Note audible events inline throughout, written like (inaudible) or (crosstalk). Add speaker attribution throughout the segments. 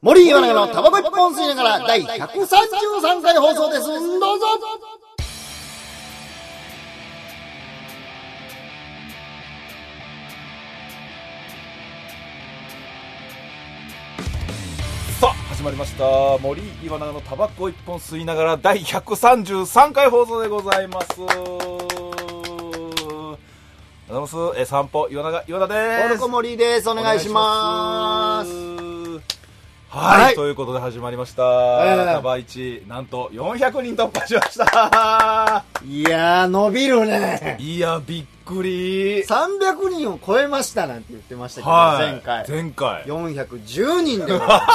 Speaker 1: 森岩永のタバコ一本吸いながら第133回放送です。どうぞ
Speaker 2: さあ始まりました森岩永のタバコ一本吸いながら第133回放送でございますありがとうございますえ散歩岩永岩
Speaker 1: ボ
Speaker 2: 田で
Speaker 1: ル
Speaker 2: す
Speaker 1: コ森です。お願いします。
Speaker 2: はい、
Speaker 1: はい
Speaker 2: ということで始まりました、
Speaker 1: ええ
Speaker 2: タバイチなんと400人突破しました
Speaker 1: いやー、伸びるね。
Speaker 2: いやびっくり
Speaker 1: 300人を超えましたなんて言ってましたけど、
Speaker 2: はい
Speaker 1: 前回。
Speaker 2: 前回
Speaker 1: 410人
Speaker 2: (laughs)
Speaker 1: でございます。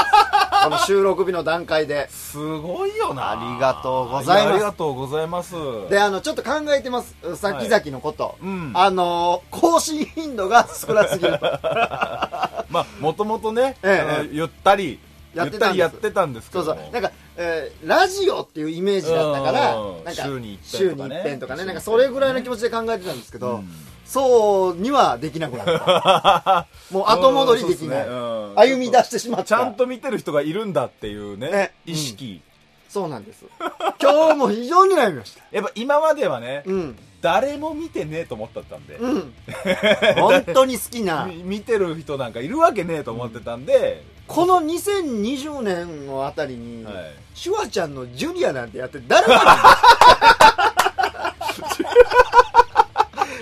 Speaker 1: この収録日の段階で。
Speaker 2: すごいよな
Speaker 1: ありがとうございます
Speaker 2: やありがとうございます
Speaker 1: で、あの、ちょっと考えてます。さきざきのこと。
Speaker 2: うん
Speaker 1: あのー更新頻度が少なすぎると。
Speaker 2: まあもともとね、
Speaker 1: ええ
Speaker 2: あのゆったり
Speaker 1: や
Speaker 2: や
Speaker 1: っ
Speaker 2: ってて
Speaker 1: た
Speaker 2: た
Speaker 1: んです
Speaker 2: りやってたんですけ
Speaker 1: そう
Speaker 2: ど
Speaker 1: そう
Speaker 2: も
Speaker 1: なんか、えーラジオっていうイメージだったから
Speaker 2: うん
Speaker 1: なんか
Speaker 2: 週に一
Speaker 1: 週
Speaker 2: 遍
Speaker 1: に
Speaker 2: とかね
Speaker 1: 一遍とかねなんかそれぐらいの気持ちで考えてたんですけど、
Speaker 2: うん
Speaker 1: そうにはできなくなった
Speaker 2: (laughs)
Speaker 1: もう後戻りできない、
Speaker 2: うんそうですねうん
Speaker 1: 歩み出してしまった
Speaker 2: ちゃんと見てる人がいるんだっていうね
Speaker 1: ね
Speaker 2: 意識、
Speaker 1: そうなんです (laughs) 今日も非常に悩みました
Speaker 2: やっぱ今まではね、
Speaker 1: うん
Speaker 2: 誰も見てねえと思ったったんで、
Speaker 1: うん
Speaker 2: (laughs)
Speaker 1: 本当に好きな
Speaker 2: み見てる人なんかいるわけねえと思ってたんで、
Speaker 1: この2020年のあたりに、
Speaker 2: はい
Speaker 1: シュワちゃんのジュリアなんてやって誰が
Speaker 2: (laughs)
Speaker 1: なんだ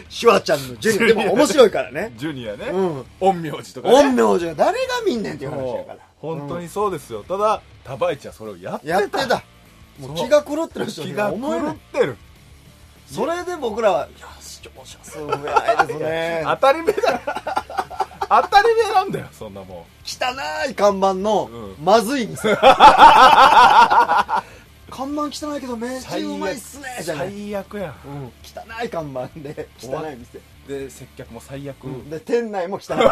Speaker 1: シュワちゃんのジュリアでも面白いからね
Speaker 2: ジュニアね、
Speaker 1: うん
Speaker 2: 陰陽師とかね
Speaker 1: 陰陽師が誰が見んねんっていう話やから
Speaker 2: もう本当にそうですよ、ただタバイチはそれをやって
Speaker 1: やってたもう気が狂ってる人
Speaker 2: 気
Speaker 1: に
Speaker 2: が
Speaker 1: は
Speaker 2: 狂
Speaker 1: 思えない
Speaker 2: ってる
Speaker 1: それで僕らは「いや視聴者数増えないです
Speaker 2: (laughs)
Speaker 1: ね
Speaker 2: 当たり前
Speaker 1: (laughs)
Speaker 2: だ当たり前なんだよそんなもん
Speaker 1: 汚い看板の
Speaker 2: う
Speaker 1: まずい
Speaker 2: (laughs)
Speaker 1: 店看板汚いけどめっちゃうまいっすねじゃない
Speaker 2: 最悪や
Speaker 1: うん汚い看板
Speaker 2: (laughs)
Speaker 1: で汚い店
Speaker 2: んで接客も最悪、
Speaker 1: で店内も汚
Speaker 2: (laughs)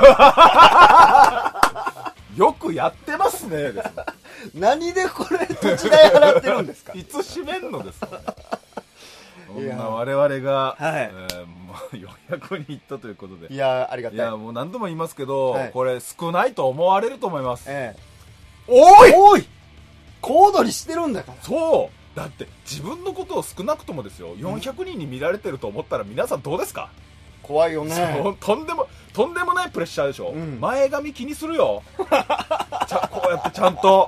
Speaker 1: い
Speaker 2: よくやってますねですも
Speaker 1: 何でこれ土地代払ってるんですか
Speaker 2: ん (laughs) いつ閉めんの (laughs) ですか、ね、そ
Speaker 1: い
Speaker 2: ん
Speaker 1: や
Speaker 2: な我々が、
Speaker 1: はい
Speaker 2: えーもう400人いったということで
Speaker 1: いやありが
Speaker 2: い
Speaker 1: たい
Speaker 2: やもう何度も言いますけど、
Speaker 1: はい
Speaker 2: これ少ないと思われると思います
Speaker 1: ええ
Speaker 2: おい
Speaker 1: おい小躍りしてるんだから
Speaker 2: そうだって自分のことを少なくともですよ400人に見られてると思ったら皆さんどうですか、
Speaker 1: 怖いよね
Speaker 2: そうとんでもとんでもないプレッシャーでしょ、
Speaker 1: うん
Speaker 2: 前髪気にするよちゃこうやってちゃんと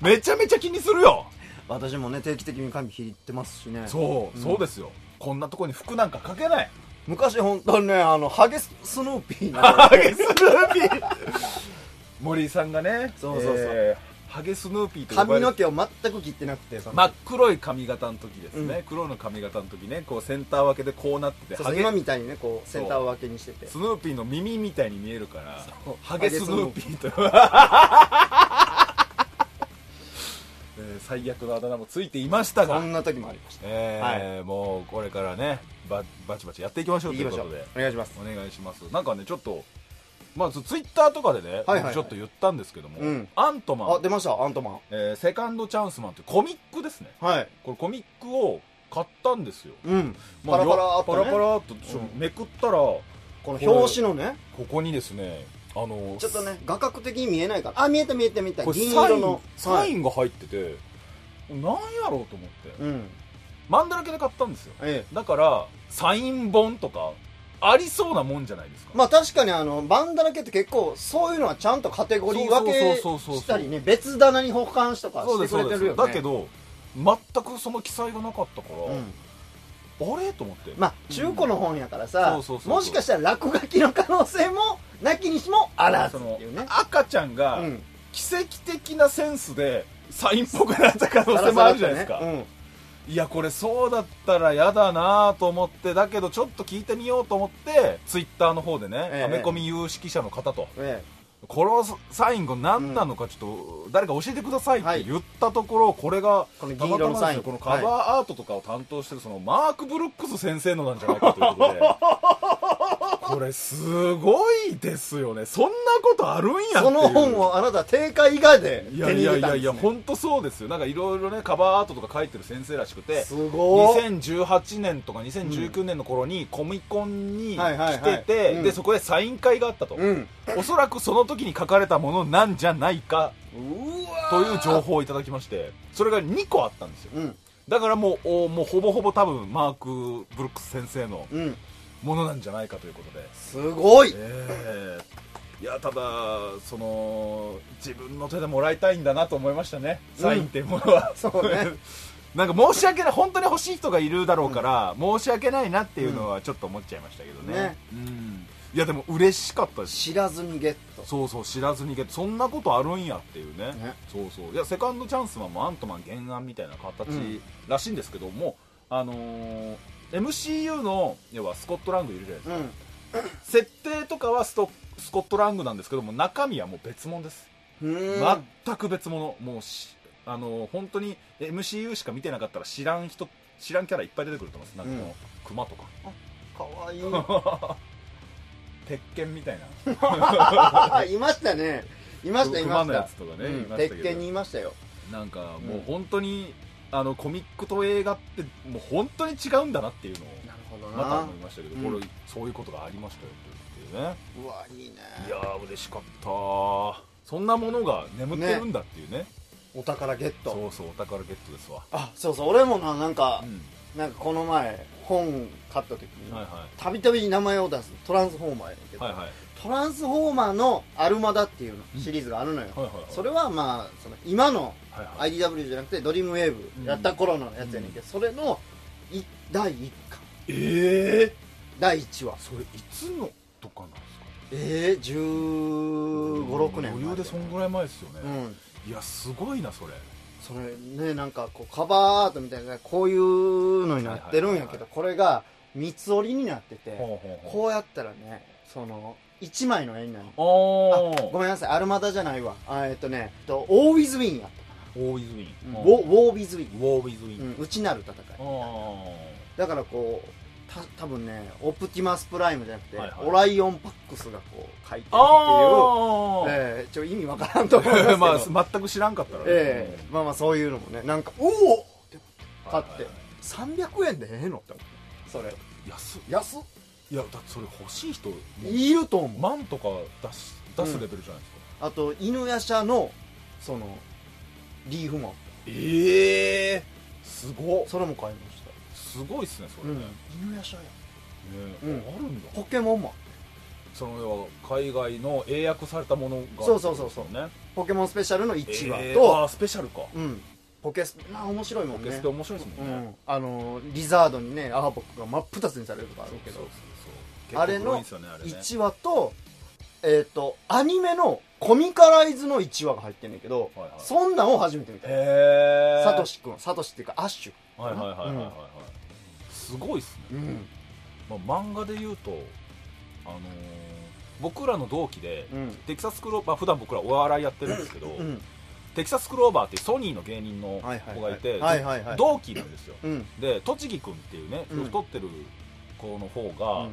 Speaker 2: めちゃめちゃ気にするよ
Speaker 1: 私もね定期的に髪引いてますしね
Speaker 2: そう、
Speaker 1: うん
Speaker 2: そうですよこんなとこに服なんかかけない
Speaker 1: 昔本当にねあのハゲススヌーピーな
Speaker 2: (laughs) ハゲスヌーピー (laughs) 森井さんがね
Speaker 1: そうそうそう
Speaker 2: えーハゲスヌーピーと呼ば
Speaker 1: 髪
Speaker 2: れる
Speaker 1: の毛を全く切ってなくてその
Speaker 2: 真っ黒い髪型の時ですね、
Speaker 1: うん
Speaker 2: 黒の髪型の時ねこうセンター分けでこうなってて
Speaker 1: そう
Speaker 2: ハ
Speaker 1: そう
Speaker 2: ゲ
Speaker 1: 今みたいにねこうセンターを分けにしてて
Speaker 2: スヌーピーの耳みたいに見えるから
Speaker 1: そう
Speaker 2: ハゲスヌーピーと (laughs) えー最悪のあだ名もついていました
Speaker 1: そ
Speaker 2: が
Speaker 1: んな時もありました
Speaker 2: えーもうこれからねババチバチやっていきましょう
Speaker 1: 行
Speaker 2: とい
Speaker 1: き
Speaker 2: う
Speaker 1: ましょ
Speaker 2: こと
Speaker 1: う
Speaker 2: で
Speaker 1: お願いします
Speaker 2: お願いしますなんかねちょっとまずツイッターとかで
Speaker 1: は
Speaker 2: ね、
Speaker 1: いはいはい
Speaker 2: ちょっと言ったんですけども、
Speaker 1: うん
Speaker 2: アントマ
Speaker 1: あ
Speaker 2: ン、
Speaker 1: 出ましたアントマン
Speaker 2: えーセカンドチャンスマンってコミックですね
Speaker 1: はい
Speaker 2: これコミックを買ったんですよ
Speaker 1: うん
Speaker 2: ま
Speaker 1: パ
Speaker 2: あ
Speaker 1: ラパラーっ
Speaker 2: パ
Speaker 1: と
Speaker 2: ラ
Speaker 1: ね
Speaker 2: パラーっとちょ
Speaker 1: うん
Speaker 2: めくったらこ
Speaker 1: この表紙のね
Speaker 2: こにですねあの
Speaker 1: ちょっとね画角的に見えないからあ見えた見えた見えた
Speaker 2: これ
Speaker 1: 銀
Speaker 2: サイ
Speaker 1: 色
Speaker 2: ン
Speaker 1: の
Speaker 2: サ
Speaker 1: は
Speaker 2: イ
Speaker 1: い
Speaker 2: ンが入っててなんやろうと思って
Speaker 1: うん
Speaker 2: 漫だらけで買ったんですよ
Speaker 1: ええ
Speaker 2: だからサイン本とかありそうなもんじゃないですか
Speaker 1: まあ確かにあのバンダだけって結構そういうのはちゃんとカテゴリー分け
Speaker 2: そうそうそうそうそう
Speaker 1: したりね別棚に保管しとかしてくれてるよね
Speaker 2: だけど全くその記載がなかったから、
Speaker 1: うん
Speaker 2: あれと思って、
Speaker 1: まあ中古の本やからさ
Speaker 2: そうそうそうそう
Speaker 1: もしかしたら落書きの可能性もなきにしもあらずっていうね
Speaker 2: 赤ちゃんが
Speaker 1: うん
Speaker 2: 奇跡的なセンスでサインっぽくなった可能性もあるじゃないですか、
Speaker 1: さらさらとね
Speaker 2: いやこれそうだったら嫌だなと思ってだけどちょっと聞いてみようと思ってツイッターの方でね、
Speaker 1: ええ
Speaker 2: アメコミ有識者の方と
Speaker 1: うんえ
Speaker 2: このサインが何なのかちょっと誰か教えてください
Speaker 1: は
Speaker 2: っ
Speaker 1: い
Speaker 2: て言ったところこれが
Speaker 1: この銀色のサイン
Speaker 2: たまたまですよこのカバーアートとかを担当してるそのマーク・ブルックス先生のなんじゃないかということでこれすごいですよねそんなことあるんやっていう
Speaker 1: その本をあなた定価以外で手
Speaker 2: い
Speaker 1: に
Speaker 2: やい
Speaker 1: 入
Speaker 2: や
Speaker 1: れ
Speaker 2: い
Speaker 1: たん
Speaker 2: や
Speaker 1: で
Speaker 2: い
Speaker 1: す、
Speaker 2: や
Speaker 1: ね、
Speaker 2: 本当そうですよなんかいろいろねカバーアートとか書いてる先生らしくて
Speaker 1: すごい
Speaker 2: 2018年とか2019年の頃にコミコンに
Speaker 1: はいはい
Speaker 2: 来
Speaker 1: は
Speaker 2: て
Speaker 1: いうん
Speaker 2: てでそこでサイン会があったと、
Speaker 1: うん
Speaker 2: おそらくその時に書かれたものなんじゃないか
Speaker 1: うわ
Speaker 2: という情報をいただきましてそれが2個あったんですよ
Speaker 1: うん
Speaker 2: だからもうおもうほぼほぼ多分マーク・ブルックス先生の
Speaker 1: うん
Speaker 2: ものなんじゃないかということで、
Speaker 1: すごい
Speaker 2: えーいやただその自分の手でもらいたいんだなと思いましたねサインっていうものは、
Speaker 1: そうね
Speaker 2: (laughs) なんか申し訳ない本当に欲しい人がいるだろうから、申し訳ないなっていうのはちょっと思っちゃいましたけどね
Speaker 1: ね
Speaker 2: うんいやでも嬉しかったです
Speaker 1: 知らずにゲット
Speaker 2: そうそう知らずにゲットそんなことあるんやっていうね
Speaker 1: ね
Speaker 2: そうそういやセカンドチャンスマンもアントマン原案みたいな形
Speaker 1: うん
Speaker 2: らしいんですけども、あのー MCU の要はスコットランドいるじゃないです
Speaker 1: う
Speaker 2: か、
Speaker 1: ん
Speaker 2: 設定とかはストスコットランドなんですけども中身はもう別物です、
Speaker 1: うん
Speaker 2: 全く別物もうしあのー本当に MCU しか見てなかったら知らん人知らんキャラいっぱい出てくると思いますなんかこの、
Speaker 1: うん
Speaker 2: 熊とか
Speaker 1: かわいい
Speaker 2: 鉄拳みたいない
Speaker 1: (laughs) ましたねいましたいま
Speaker 2: 熊
Speaker 1: し
Speaker 2: のや
Speaker 1: た
Speaker 2: つとかね、
Speaker 1: うん
Speaker 2: いましたけど
Speaker 1: 鉄拳にいましたよ
Speaker 2: なんかも
Speaker 1: う
Speaker 2: うん本当に、あのコミックと映画ってもう本当に違うんだなっていうのを
Speaker 1: なるほど
Speaker 2: また
Speaker 1: な
Speaker 2: 思いましたけど、
Speaker 1: うん
Speaker 2: これそういうことがありましたよっていうね
Speaker 1: うわいいね
Speaker 2: いやー嬉しかったそんなものが眠ってるんだっていうね
Speaker 1: お宝ゲット
Speaker 2: そうそうお宝ゲットですわ、
Speaker 1: あそうそう俺もななんか
Speaker 2: う、ん
Speaker 1: なんかこの前本買った時
Speaker 2: はい
Speaker 1: に
Speaker 2: は
Speaker 1: たびたび名前を出すトランスフォーマーやねんけ
Speaker 2: い
Speaker 1: ど、
Speaker 2: はいはい
Speaker 1: トランスフォーマーの「アルマダ」っていうのシリーズがあるのよ、
Speaker 2: はいはいはい
Speaker 1: それはまあその今の
Speaker 2: はいはい
Speaker 1: IDW じゃなくて「ドリームウェー
Speaker 2: う
Speaker 1: ブ
Speaker 2: ん
Speaker 1: やった頃のやつやねんけど、それのい第1巻
Speaker 2: ええ
Speaker 1: 第1話
Speaker 2: それいつのとかなんですか
Speaker 1: ええ1 5 6年前
Speaker 2: 余裕でそんぐらい前ですよね、
Speaker 1: うん
Speaker 2: いやすごいなそれ
Speaker 1: それねなんかこうカバーアートみたいなこういうのになってるんやけど、
Speaker 2: はいはいはいはい
Speaker 1: これが三つ折りになってて、
Speaker 2: ほうほうほう
Speaker 1: こうやったらねその1枚の絵になる
Speaker 2: お
Speaker 1: あご
Speaker 2: ー
Speaker 1: めんなさいアルマダじゃないわあえっとね「とオーウィズ・ウィン」やった
Speaker 2: ウォーイズウィ
Speaker 1: ウ
Speaker 2: ン
Speaker 1: ォウォービズ・ウィ
Speaker 2: ウ
Speaker 1: ン、
Speaker 2: ォーウィズウィン、
Speaker 1: うん、内なる戦い
Speaker 2: あ
Speaker 1: だからこうた多分ねオプティマスプライムじゃなくて、
Speaker 2: はいはい
Speaker 1: オライオンパックスがこう書いてるっていう
Speaker 2: あー
Speaker 1: えー、ちょ意味わからんと思いますけど、
Speaker 2: (laughs) まあ全く知らんかったらね
Speaker 1: えーまあまあそういうのもねなんかおおって買って、
Speaker 2: はいはいはい
Speaker 1: 300円でええのって思ってそれ
Speaker 2: 安っ
Speaker 1: 安っ
Speaker 2: いやだってそれ欲しい人もう
Speaker 1: いると思う
Speaker 2: 万とか出す出すレベルじゃないですか、
Speaker 1: あと犬や社のそのリーフも
Speaker 2: ええすごっ
Speaker 1: それも買いました
Speaker 2: すごいっすねそれね、ね
Speaker 1: 犬や社やうん
Speaker 2: あるんだ
Speaker 1: ポケモンも
Speaker 2: その要は海外の英訳されたものが
Speaker 1: そうそうそうそう
Speaker 2: ね
Speaker 1: ポケモンスペシャルの1話と、
Speaker 2: えーあースペシャルか
Speaker 1: うんポケスペなあ面白いも
Speaker 2: ポ
Speaker 1: ん
Speaker 2: ケ
Speaker 1: ね
Speaker 2: スペ面白いです
Speaker 1: う
Speaker 2: もんね、
Speaker 1: ん、あのリザードにねアーボックが真っ二つにされるとかあるけ
Speaker 2: そう
Speaker 1: ど
Speaker 2: そうそう
Speaker 1: あれの
Speaker 2: 結構黒いんですよねあれね
Speaker 1: 1話とえっ、とアニメのコミカライズの1話が入ってんねんけど、
Speaker 2: はいはい
Speaker 1: そんなんを初めて見た
Speaker 2: へえ
Speaker 1: サトシ君サトシっていうかアッシュ
Speaker 2: はいはいはいはいはい、
Speaker 1: う
Speaker 2: はい
Speaker 1: ん
Speaker 2: すごいっす
Speaker 1: う
Speaker 2: ね
Speaker 1: ん
Speaker 2: まあ、漫画で言うと、あのー僕らの同期で、
Speaker 1: うん
Speaker 2: テキサスクローバー普段僕らお笑いやってるんですけど、
Speaker 1: うん
Speaker 2: テキサスクローバーっていうソニーの芸人の
Speaker 1: はいはいはい
Speaker 2: 子がいて、
Speaker 1: はいはいはい
Speaker 2: 同期なんですよ
Speaker 1: うん
Speaker 2: で栃木君っていうね、
Speaker 1: うん
Speaker 2: 太ってる子の方が、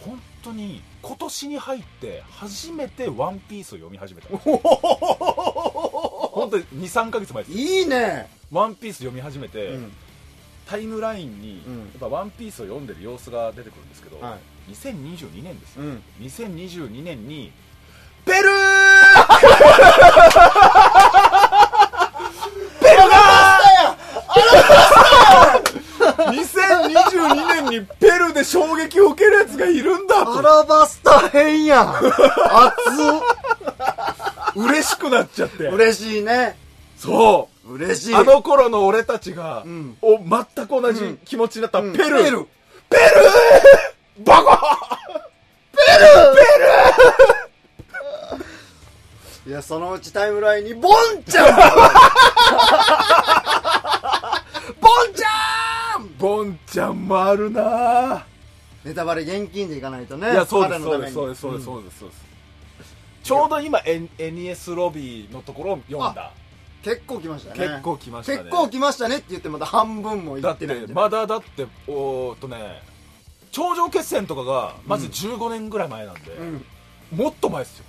Speaker 2: 本当に今年に入って初めて「ワンピースを読み始めた本当に23か月前で
Speaker 1: (laughs)
Speaker 2: す
Speaker 1: いいね
Speaker 2: 「ワンピース読み始めて、
Speaker 1: うん
Speaker 2: タイムラインに、
Speaker 1: うん
Speaker 2: やっぱ「ワンピースを読んでる様子が出てくるんですけど、
Speaker 1: はい
Speaker 2: 2022年ですよ
Speaker 1: うん
Speaker 2: 2022年にベルーベルが2022年にペルで衝撃を受けるやつがいるんだ
Speaker 1: ア
Speaker 2: と
Speaker 1: ラバスタ編やん熱っ
Speaker 2: 嬉しくなっちゃって
Speaker 1: 嬉しいね
Speaker 2: そ
Speaker 1: 嬉しいう
Speaker 2: あの頃の俺たちが、
Speaker 1: ん
Speaker 2: お全く同じ気持ちだった、
Speaker 1: うん
Speaker 2: ペル、
Speaker 1: ペル
Speaker 2: ペルバカ
Speaker 1: いやそのうちタイムラインにボンちゃんボンちゃん
Speaker 2: ボンちゃんもあるなぁ
Speaker 1: ネタバレ現金でいかないとね
Speaker 2: いやそうで
Speaker 1: 彼
Speaker 2: す
Speaker 1: のた
Speaker 2: そう
Speaker 1: めに
Speaker 2: ですそうですそうですそうですそうですちょうど今 N- NES ロビーのところを読んだ
Speaker 1: 結構来ましたね
Speaker 2: 結構来ましたね
Speaker 1: 結構来ましたねって言ってまだ半分もい
Speaker 2: だ
Speaker 1: っ
Speaker 2: って
Speaker 1: ないん
Speaker 2: て
Speaker 1: で
Speaker 2: まだだっておーっとね頂上決戦とかがまず15年ぐらい前なんで、
Speaker 1: うん
Speaker 2: もっと前ですよ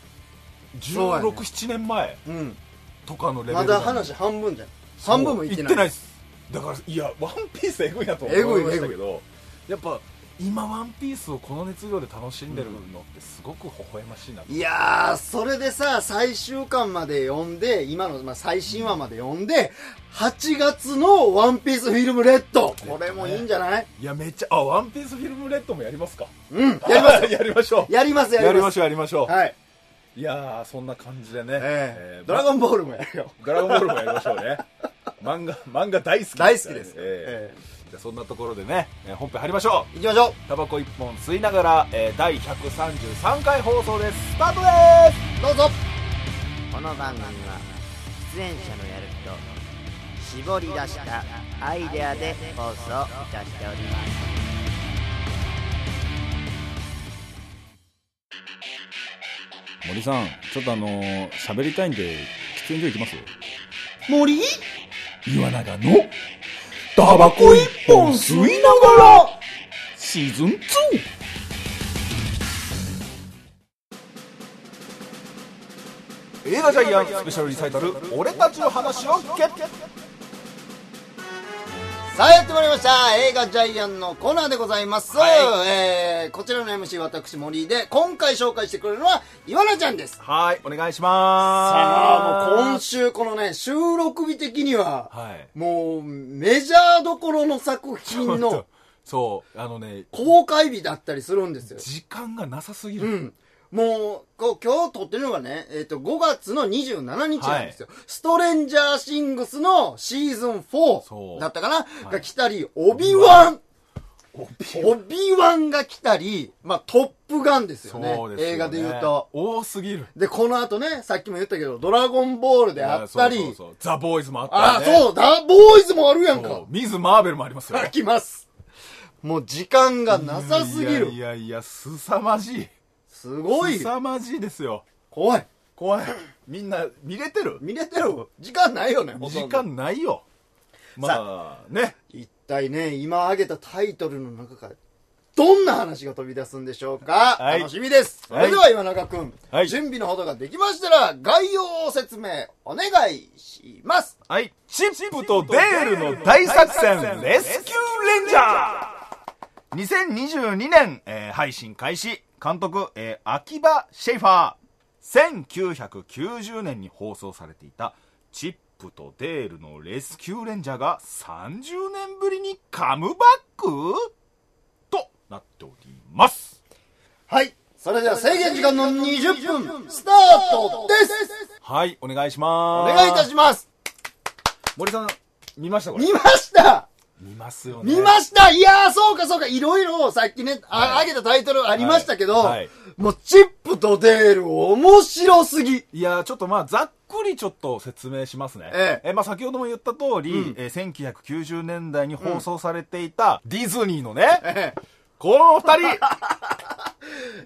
Speaker 1: そうやね
Speaker 2: 167、年前
Speaker 1: うん
Speaker 2: とかのレベルな
Speaker 1: ま
Speaker 2: んで
Speaker 1: だ話半分じゃん
Speaker 2: そう
Speaker 1: 半分もいってない
Speaker 2: ですだからいや「ワンピースエグいなと思いましたけどやっぱ今「ワンピースをこの熱量で楽しんでるのってすごく微笑ましいな、
Speaker 1: いやーそれでさ最終巻まで読んで今の、まあ、最新話まで読んで8月の「ワンピースフィルムレッドこれもいいんじゃない
Speaker 2: いやめっちゃあワンピースフィルムレッドもやりますか
Speaker 1: うん
Speaker 2: やりますやりましょう
Speaker 1: やりますや
Speaker 2: や
Speaker 1: り
Speaker 2: り
Speaker 1: ま
Speaker 2: ますしょうやりましょう、
Speaker 1: はい
Speaker 2: い、やーそんな感じでね、
Speaker 1: ええ
Speaker 2: えー
Speaker 1: ドラゴンボールもやるよ
Speaker 2: ドラゴンボールもやりましょうね漫画漫画大好き
Speaker 1: (laughs) 大好きです
Speaker 2: え
Speaker 1: から
Speaker 2: えじゃあそんなところでね、えー本編入りましょ
Speaker 1: いきましょう
Speaker 2: うタバコ一本吸いながら、えー第133回放送ですスタートです
Speaker 1: どうぞ
Speaker 3: この番組は出演者のやる気と絞り出したアイデアで放送いたしております
Speaker 2: 森さんちょっとあのー喋りたいんで喫煙所行きます
Speaker 1: 森
Speaker 2: 岩永のタバコ一本吸いながらシーズン2映画ジャイアンスペシャルリサイタル「俺たちの話を聞け」
Speaker 1: さあやってまいりました映画ジャイアンのコーナーでございます、
Speaker 2: は
Speaker 1: えー、こちらの MC 私森で今回紹介してくれるのは岩菜ちゃんです
Speaker 2: はいお願いし
Speaker 1: さ
Speaker 2: ま
Speaker 1: あ
Speaker 2: す
Speaker 1: もう今週このね収録日的には、
Speaker 2: はい
Speaker 1: もうメジャーどころの作 (laughs) 品の
Speaker 2: そうあのね
Speaker 1: 公開日だったりするんですよ、
Speaker 2: 時間がなさすぎ
Speaker 1: う
Speaker 2: る、
Speaker 1: ん、もうこう今日撮ってるのがね、えっと5月の27日なんですよ、ストレンジャーシングスのシーズン
Speaker 2: そ
Speaker 1: 4
Speaker 2: う
Speaker 1: だったかな、
Speaker 2: い
Speaker 1: が来たりオビワン
Speaker 2: お
Speaker 1: オビワンが来たり、まあ、トップガンですよね
Speaker 2: そうですよね
Speaker 1: 映画で言うと
Speaker 2: 多すぎる
Speaker 1: でこの後ねさっきも言ったけど「ドラゴンボール」であったり
Speaker 2: そうそうそうザ・ボーイズもあった
Speaker 1: あ、
Speaker 2: りね
Speaker 1: そうだ、ボーイズもあるやんか。
Speaker 2: そうミズ・マーベルもありますよ
Speaker 1: 書きます。もう時間がなさすぎる。
Speaker 2: いやいやいやすさまじい
Speaker 1: すごい
Speaker 2: す。さまじいですよ
Speaker 1: 怖い。
Speaker 2: 怖いみんな見れてる
Speaker 1: 見れてる時間ないよね、ほとんど
Speaker 2: 時。間ないよまあね
Speaker 1: 一体ね、今挙げたタイトルの中から、どんな話が飛び出すんでしょうか、
Speaker 2: はい
Speaker 1: 楽しみです。それでは岩永くん、
Speaker 2: はい
Speaker 1: 準備のほどができましたら、概要を説明お願いします。
Speaker 2: はいチップとデールの大作戦レスキューレンジャー2022年、えー配信開始監督、えー秋葉シェイファー1990年に放送されていたチップとデールのレスキューレンジャーが30年ぶりにカムバックとなっております
Speaker 1: はい。それでは制限時間の20分、スタートです
Speaker 2: はいお願いし
Speaker 1: お
Speaker 2: ます
Speaker 1: 願いいたします
Speaker 2: 森さん見ましたこれ
Speaker 1: 見ました
Speaker 2: 見ますよね
Speaker 1: 見ましたいやー、そうかそうか、いろいろさっきね、あ、挙げたタイトルありましたけど、
Speaker 2: はいはい
Speaker 1: もうチップとデール面白す
Speaker 2: (laughs)
Speaker 1: ぎ
Speaker 2: いやーちょっとまあざっくりちょっと説明しますね、
Speaker 1: ええ
Speaker 2: まあ、先ほども言った通り、
Speaker 1: うん
Speaker 2: えー1990年代に放送されていたディズニーのね、
Speaker 1: え
Speaker 2: このお
Speaker 1: (laughs)
Speaker 2: 二人
Speaker 1: ー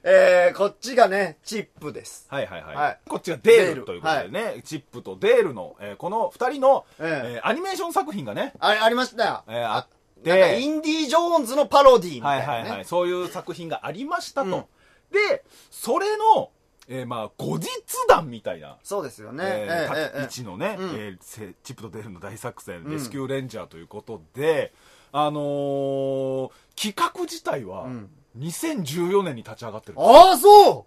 Speaker 1: えー、こっちがね、チップです。
Speaker 2: はいはいはい、
Speaker 1: はい
Speaker 2: こっちがデールということでね、チップとデールの、えーこの二人の、
Speaker 1: え
Speaker 2: えーアニメーション作品がね、
Speaker 1: あれ、ありましたよ。
Speaker 2: えーあっ
Speaker 1: なんかイ
Speaker 2: て
Speaker 1: ンディ・ジョーンズのパロディみた
Speaker 2: は
Speaker 1: い
Speaker 2: い
Speaker 1: な、ね。
Speaker 2: はいはいそういう作品がありましたと、
Speaker 1: うん
Speaker 2: でそれの、えーまあ後日談みたいな
Speaker 1: そうですよね。
Speaker 2: え
Speaker 1: えー
Speaker 2: ー
Speaker 1: えーえ
Speaker 2: 一のね、
Speaker 1: うん
Speaker 2: えーせチップとデールの大作戦、
Speaker 1: うん
Speaker 2: レスキューレンジャーということで、あのー企画自体は
Speaker 1: うん
Speaker 2: 2014年に立ち上がってる、
Speaker 1: ああ、そ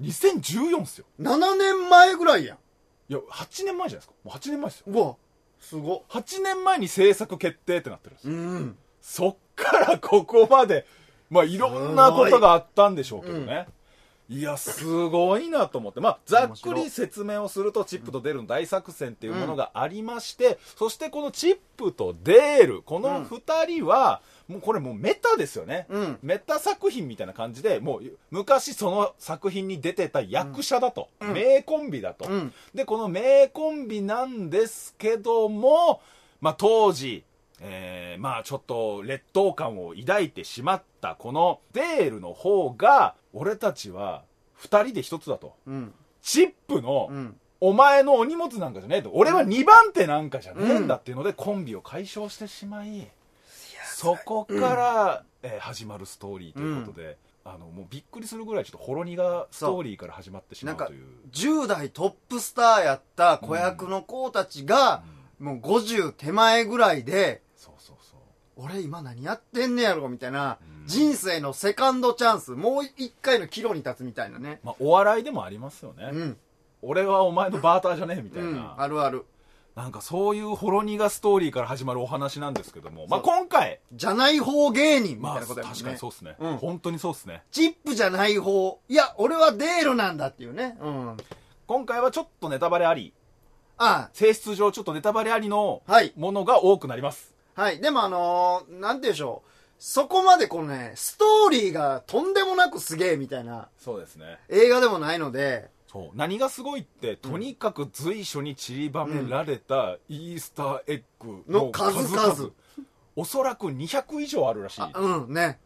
Speaker 2: 2014っすよ
Speaker 1: う !7 年前ぐらいやん。
Speaker 2: いや8年前じゃないですかもう8年前ですよ
Speaker 1: うわ、すごっ。
Speaker 2: 8年前に制作決定ってなってるんですよ
Speaker 1: うん。
Speaker 2: そっからここまでまあいろんなことがあったんでしょうけどねいやすごいなと思って、まあ、ざっくり説明をするとチップとデールの大作戦っていうものがありまして、そしてこのチップとデールこの2人は、もうこれもうメタですよね、
Speaker 1: うん
Speaker 2: メタ作品みたいな感じでもう昔その作品に出てた役者だと、名コンビだと、
Speaker 1: うん
Speaker 2: でこの名コンビなんですけども、まあ、当時、えーまあ、ちょっと劣等感を抱いてしまったこのデールの方が俺たちは2人で1つだと
Speaker 1: うん。
Speaker 2: チップの、
Speaker 1: うん。
Speaker 2: お前のお荷物なんかじゃねえと俺は2番手なんかじゃねえんだっていうので、コンビを解消してしまいそこから、えー始まるストーリーということで、あのもうびっくりするぐらいちょっとほろ苦がストーリーから始まってしまうという
Speaker 1: 10代トップスターやった子役の子たちが、もう50手前ぐらいで、
Speaker 2: そうそうそう
Speaker 1: 俺今何やってんねやろみたいな、
Speaker 2: うん
Speaker 1: 人生のセカンドチャンス、もう一回の岐路に立つみたいなね。
Speaker 2: まあお笑いでもありますよね、
Speaker 1: うん。
Speaker 2: 俺はお前のバーターじゃねえみた
Speaker 1: う
Speaker 2: いな、
Speaker 1: ん。あるある。
Speaker 2: なんかそういうほろ苦ストーリーから始まるお話なんですけども、まあ、
Speaker 1: そう
Speaker 2: 今回、
Speaker 1: じゃない方芸人みたい
Speaker 2: まあ、
Speaker 1: なこと
Speaker 2: 確
Speaker 1: やもんね。
Speaker 2: かにそうですね、
Speaker 1: うん
Speaker 2: 本当にそうですね
Speaker 1: チップじゃない方。いや、俺はデールなんだっていうね。うん。あ
Speaker 2: 今回はちょっとネタバレあり
Speaker 1: あ、
Speaker 2: 性質上ちょっとネタバレありの
Speaker 1: はい
Speaker 2: ものが多くなります、
Speaker 1: はい。でもあのー、なんて言うんでしょう。そこまでこのね、ストーリーがとんでもなくすげえみたいな
Speaker 2: そうですね
Speaker 1: 映画でもないので、
Speaker 2: そう何がすごいってとにかく随所に散りばめられたイースターエッグ
Speaker 1: の数々
Speaker 2: おそらく200以上あるらしい
Speaker 1: あうん、ね。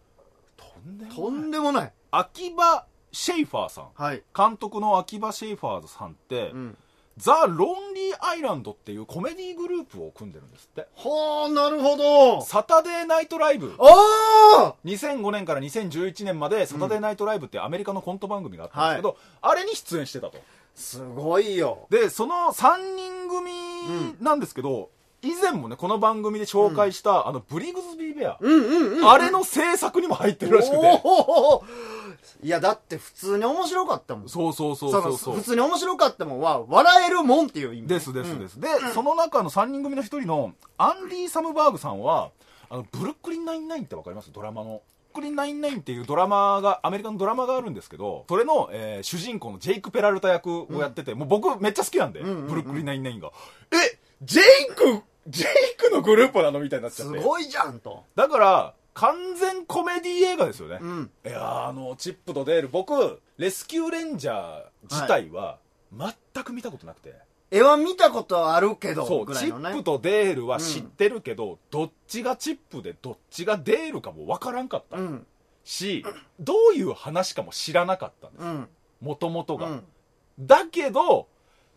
Speaker 2: とんでも
Speaker 1: と
Speaker 2: ない
Speaker 1: んでもない。
Speaker 2: 秋葉シェイファーさん
Speaker 1: はい。
Speaker 2: 監督の秋葉シェイファーさんって、
Speaker 1: うん。
Speaker 2: ザ・ロンリーアイランドっていうコメディグループを組んでるんですって
Speaker 1: ほー、なるほど。
Speaker 2: サタデーナイトライブ
Speaker 1: あ
Speaker 2: 2005年から2011年まで「サタデーナイトライブ」っていうアメリカのコント番組があったんですけど、あれに出演してたと
Speaker 1: ーすごいよ。
Speaker 2: でその3人組なんですけど、以前もねこの番組で紹介した、あのブリグズビー・ベア、
Speaker 1: うんうんうん。
Speaker 2: あれの制作にも入ってるらしくて
Speaker 1: おーいや、だって普通に面白かったもん。
Speaker 2: そうそうそうそう
Speaker 1: そ
Speaker 2: そ
Speaker 1: の
Speaker 2: う
Speaker 1: 普通に面白かったもんは、笑えるもんっていう意味。
Speaker 2: ですですです、でその中の3人組の1人のアンディ・サムバーグさんはあのブルックリン99ってわかりますドラマのブルックリン99っていうドラマがアメリカのドラマがあるんですけどそれの、えー主人公のジェイク・ペラルタ役をやってて、もう僕めっちゃ好きなんで、
Speaker 1: んうんうん
Speaker 2: ブルックリン99がえジェイクジェイクのグループなのみたいになっちゃ
Speaker 1: す
Speaker 2: って
Speaker 1: ごいじゃんと。
Speaker 2: だから完全コメディ映画ですよね、
Speaker 1: うん。
Speaker 2: いやーあのチップとデール僕レスキューレンジャー自体は全く見たことなくて、
Speaker 1: 絵は見たことはあるけど、
Speaker 2: そう、
Speaker 1: ぐら
Speaker 2: チ
Speaker 1: いの
Speaker 2: ッ
Speaker 1: ね
Speaker 2: プ。とデールは知ってるけど、どっちがチップでどっちがデールかもわからんかった、
Speaker 1: うん。
Speaker 2: しどういう話かも知らなかったんです
Speaker 1: うん。
Speaker 2: もともと
Speaker 1: う
Speaker 2: が、
Speaker 1: ん。
Speaker 2: だけど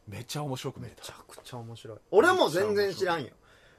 Speaker 2: めちゃ面白く見
Speaker 1: め
Speaker 2: え
Speaker 1: ちゃ
Speaker 2: た
Speaker 1: くちゃ面白い。俺も全然知らんよ。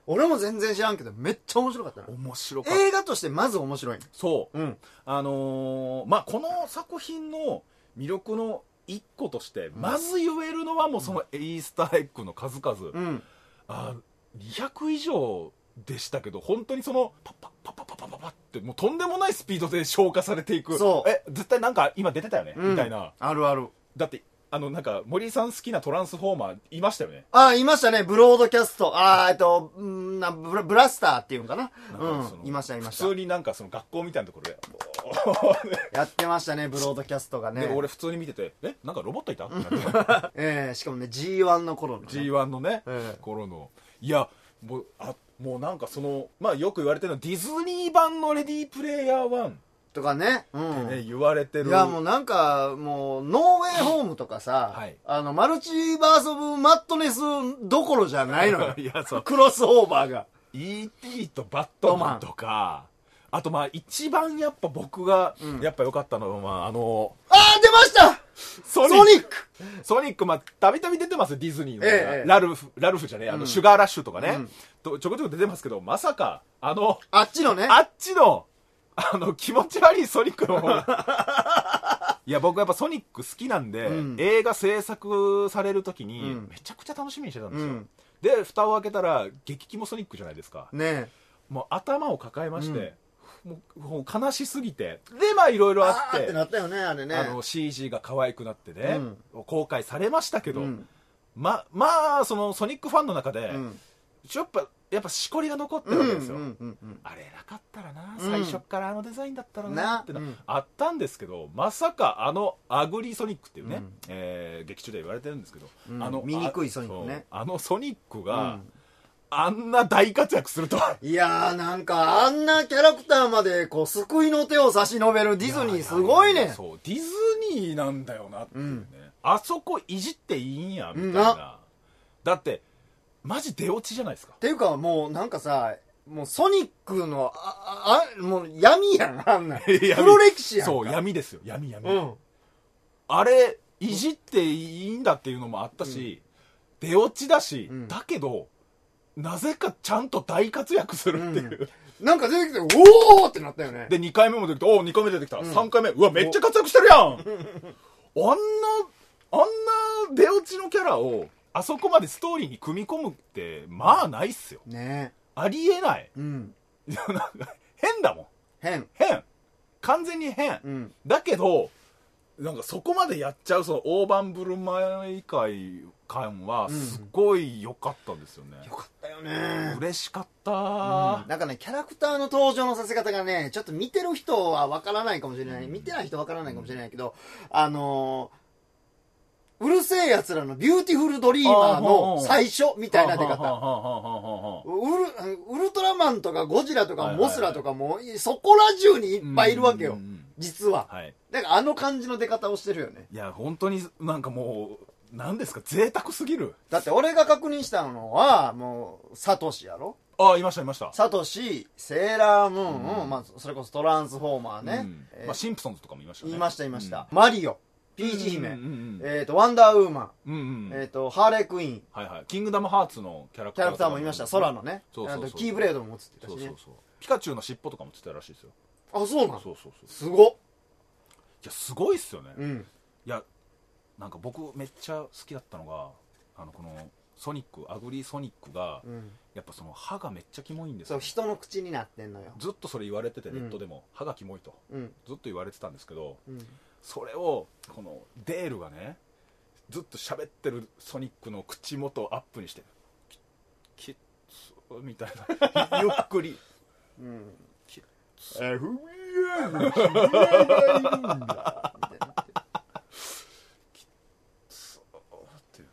Speaker 1: 俺も全然知らんけど、めっちゃ面白かったな。
Speaker 2: 面白かった、
Speaker 1: 映画としてまず面白い。
Speaker 2: そう
Speaker 1: うん。
Speaker 2: あのーまあこの作品の魅力の一個として、まず言えるのはもうそのイースターエッグの数々、
Speaker 1: うん。
Speaker 2: あ200以上でしたけど本当にそのパッパッパッパッパッパッパッってもうとんでもないスピードで消化されていく
Speaker 1: そう
Speaker 2: え絶対なんか今出てたよね、
Speaker 1: うん
Speaker 2: みたいな
Speaker 1: あるある。
Speaker 2: だってあのなんか森井さん好きなトランスフォーマーいましたよね
Speaker 1: ああ、いましたね。ブロードキャスト。ああ、えっと、んーなブラ、ブラスターっていうんかな。
Speaker 2: なんかその
Speaker 1: うん。いました、いました
Speaker 2: 普。通になんかその学校みたいなところで
Speaker 1: やってましたね、ブロードキャストがね
Speaker 2: で。俺普通に見ててえなんかロボット
Speaker 1: (laughs)
Speaker 2: いたってなって
Speaker 1: えー、しかもね、G1 の頃のね、
Speaker 2: G1 のね、
Speaker 1: ええ
Speaker 2: 頃のいやもうあもうなんかそのまあよく言われてるのはディズニー版のレディープレイヤー1っ
Speaker 1: とかね。う
Speaker 2: て
Speaker 1: ん。
Speaker 2: ね、言われてる
Speaker 1: いやもうなんかもうノーウェイホームとかさ、
Speaker 2: はい
Speaker 1: あのマルチバース・オブ・マットネスどころじゃないのよ
Speaker 2: (laughs) いやそう
Speaker 1: クロスオーバーが
Speaker 2: E.T. とバットマンとか、あとまあ一番やっぱ僕が
Speaker 1: うん
Speaker 2: やっぱ良かったのは、まああの、
Speaker 1: ああ出ました
Speaker 2: ソ
Speaker 1: ソニック
Speaker 2: ソニック、まあたびたび出てますよディズニーの、
Speaker 1: ええええ
Speaker 2: ラルフ、ラルフじゃねえ、あ
Speaker 1: う
Speaker 2: の、
Speaker 1: ん
Speaker 2: シュガーラッシュとかね、
Speaker 1: うん
Speaker 2: とちょこちょこ出てますけど、まさか、あの、
Speaker 1: あっちのね
Speaker 2: あっちの、あの、気持ち悪いソニックの
Speaker 1: (laughs)
Speaker 2: 方が。いや、僕やっぱソニック好きなんで、
Speaker 1: うん
Speaker 2: 映画制作される時に、
Speaker 1: うん
Speaker 2: めちゃくちゃ楽しみにしてたんで
Speaker 1: う
Speaker 2: すよ。
Speaker 1: ん
Speaker 2: で、蓋を開けたら、激キモソニックじゃないですか。
Speaker 1: ね
Speaker 2: もう頭を抱えまして、もうもう悲しすぎてでまあいろいろ
Speaker 1: あ
Speaker 2: あっ
Speaker 1: ーってて
Speaker 2: あ
Speaker 1: なったよねあれね
Speaker 2: の CG が可愛くなってね、公開されましたけど、
Speaker 1: うん
Speaker 2: ままあそのソニックファンの中で、
Speaker 1: うん
Speaker 2: ちょっとやっぱしこりが残って
Speaker 1: う
Speaker 2: る
Speaker 1: ん
Speaker 2: わけですよ、
Speaker 1: うんうん
Speaker 2: あれなかったらな
Speaker 1: うん
Speaker 2: 最初からあのデザインだったらな
Speaker 1: な
Speaker 2: ってな、
Speaker 1: うん
Speaker 2: あったんですけどまさかあのアグリソニックっていうね、
Speaker 1: うん
Speaker 2: えー劇中で言われてるんですけど、
Speaker 1: うん
Speaker 2: あの
Speaker 1: 醜いソニックね
Speaker 2: あそうあのソニック
Speaker 1: う
Speaker 2: が、
Speaker 1: ん
Speaker 2: あんな大活躍するとは
Speaker 1: うんいやーなんかあんなキャラクターまでこう救いの手を差し伸べるディズニーすごい
Speaker 2: ややや
Speaker 1: ね
Speaker 2: そうディズニーなんだよなっていうね、
Speaker 1: うん
Speaker 2: あそこいじっていいんやみたい
Speaker 1: うん
Speaker 2: な
Speaker 1: な、
Speaker 2: だってマジ出落ちじゃないですか
Speaker 1: っていうかもうなんかさもうソニックのああもう闇やんあんなん
Speaker 2: 闇
Speaker 1: 黒歴史やんか
Speaker 2: そう闇ですよ闇闇、
Speaker 1: うん
Speaker 2: あれいじっていいんだっていうのもあったし、出落ちだし、
Speaker 1: うん
Speaker 2: だけどなぜかちゃんと大活躍するっていう、
Speaker 1: なんか出てきて、おーってなったよね。
Speaker 2: で、2回目も出てきた。おお、2回目出てきた。3回目。うわ、めっちゃ活躍してるやんあんな、あんな出落ちのキャラを、あそこまでストーリーに組み込むって、まあないっすよ。
Speaker 1: ね
Speaker 2: ありえない。 (laughs)
Speaker 1: え。うん。
Speaker 2: なんか変だもん。
Speaker 1: 変。
Speaker 2: 変。完全に変。
Speaker 1: うん。
Speaker 2: だけど、なんかそこまでやっちゃう、その大盤振る舞い会感は、
Speaker 1: うん
Speaker 2: すごい良かったんですよね。
Speaker 1: よかったよね。
Speaker 2: 嬉しかった、
Speaker 1: なんかね、キャラクターの登場のさせ方がね、ちょっと見てる人はわからないかもしれない。見てない人わからないかもしれないけど、あのーうるせえ奴らのビューティフルドリーマーの最初み
Speaker 2: み
Speaker 1: たいな出方。
Speaker 2: 方。
Speaker 1: ウルウルトラマンとかゴジラと
Speaker 2: はい
Speaker 1: か
Speaker 2: はいはい
Speaker 1: モスラとかもそこら中にいっぱいいるわけ
Speaker 2: う
Speaker 1: よ
Speaker 2: んうんうん。
Speaker 1: 実は。
Speaker 2: はい。
Speaker 1: なんかあの感じの出方をしてるよね。
Speaker 2: いや、本当になんかもう、なんですか、贅沢すぎる。
Speaker 1: だって俺が確認したのは、もう、サトシやろ
Speaker 2: ああ、いました、いました。
Speaker 1: サトシ、セーラームーン、まあ、それこそトランスフォーマーね。
Speaker 2: うん
Speaker 1: えー
Speaker 2: まあ、シンプソンズとかもいましたね。
Speaker 1: いました、いました。マリオ、ピ
Speaker 2: うん。
Speaker 1: ーチ姫、
Speaker 2: うんうんうん
Speaker 1: えっ、と、ワンダーウーマ
Speaker 2: うんうん
Speaker 1: ン、えっ、と、ハーレークイーン、
Speaker 2: はいはい。キングダムハーツのキャラク
Speaker 1: キ
Speaker 2: ター
Speaker 1: ャラクターもいました、空のね。
Speaker 2: そうそうそう
Speaker 1: あとキーブレードも持つってたし
Speaker 2: そう
Speaker 1: ね。
Speaker 2: そうそう。ピカチュウの尻尾とかもつってたらしいですよ。
Speaker 1: あ、そうな
Speaker 2: そう
Speaker 1: の
Speaker 2: そうそう。い
Speaker 1: すごっ
Speaker 2: や、すごいっすよね。
Speaker 1: うん。
Speaker 2: いやなんか僕めっちゃ好きだったのがあのこのソニックアグリソニックが、
Speaker 1: うん。
Speaker 2: やっぱその歯がめっちゃキモいんです
Speaker 1: そう、
Speaker 2: よ
Speaker 1: 人の口になってんのよ。
Speaker 2: ずっとそれ言われてて
Speaker 1: うん
Speaker 2: ネットでも、歯がキモいと
Speaker 1: うん。
Speaker 2: ずっと言われてたんですけど
Speaker 1: うん。
Speaker 2: それをこのデールがねずっと喋ってるソニックの口元をアップにしてききっつみたいな (laughs) ゆっくり
Speaker 1: うん。
Speaker 2: き
Speaker 1: え、ふみやの君がいるんだ。みたいになって
Speaker 2: っていう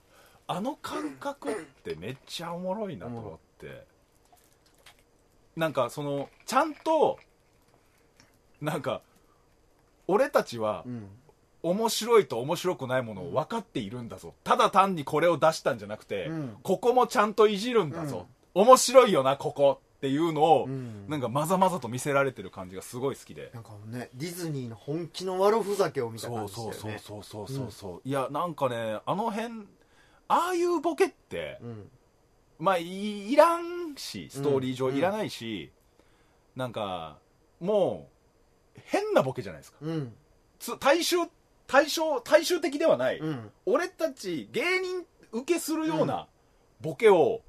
Speaker 2: あの感覚ってめっちゃおもろいなと思って、なんかそのちゃんとなんか俺たちは
Speaker 1: うん。
Speaker 2: 面白いと面白くないものを分かっているんだぞ、ただ単にこれを出したんじゃなくて、
Speaker 1: うん
Speaker 2: ここもちゃんといじるんだぞ、面白いよなここっていうのを、
Speaker 1: うん
Speaker 2: (laughs) なんかまざまざと見せられてる感じがすごい好きで
Speaker 1: なんかね、ディズニーの本気の悪ふざけを見た
Speaker 2: そ
Speaker 1: 感
Speaker 2: う
Speaker 1: じだ
Speaker 2: そ
Speaker 1: よ
Speaker 2: う
Speaker 1: ね。
Speaker 2: そうそうそうそうそう、いやなんかねあの辺ああいうボケって、
Speaker 1: うん。
Speaker 2: まあいいらんしストーリー上
Speaker 1: うん
Speaker 2: いらないし、なんかもう変なボケじゃないですか
Speaker 1: うん。
Speaker 2: つ大衆大衆大衆的ではない、
Speaker 1: うん。
Speaker 2: 俺たち芸人受けするようなボケを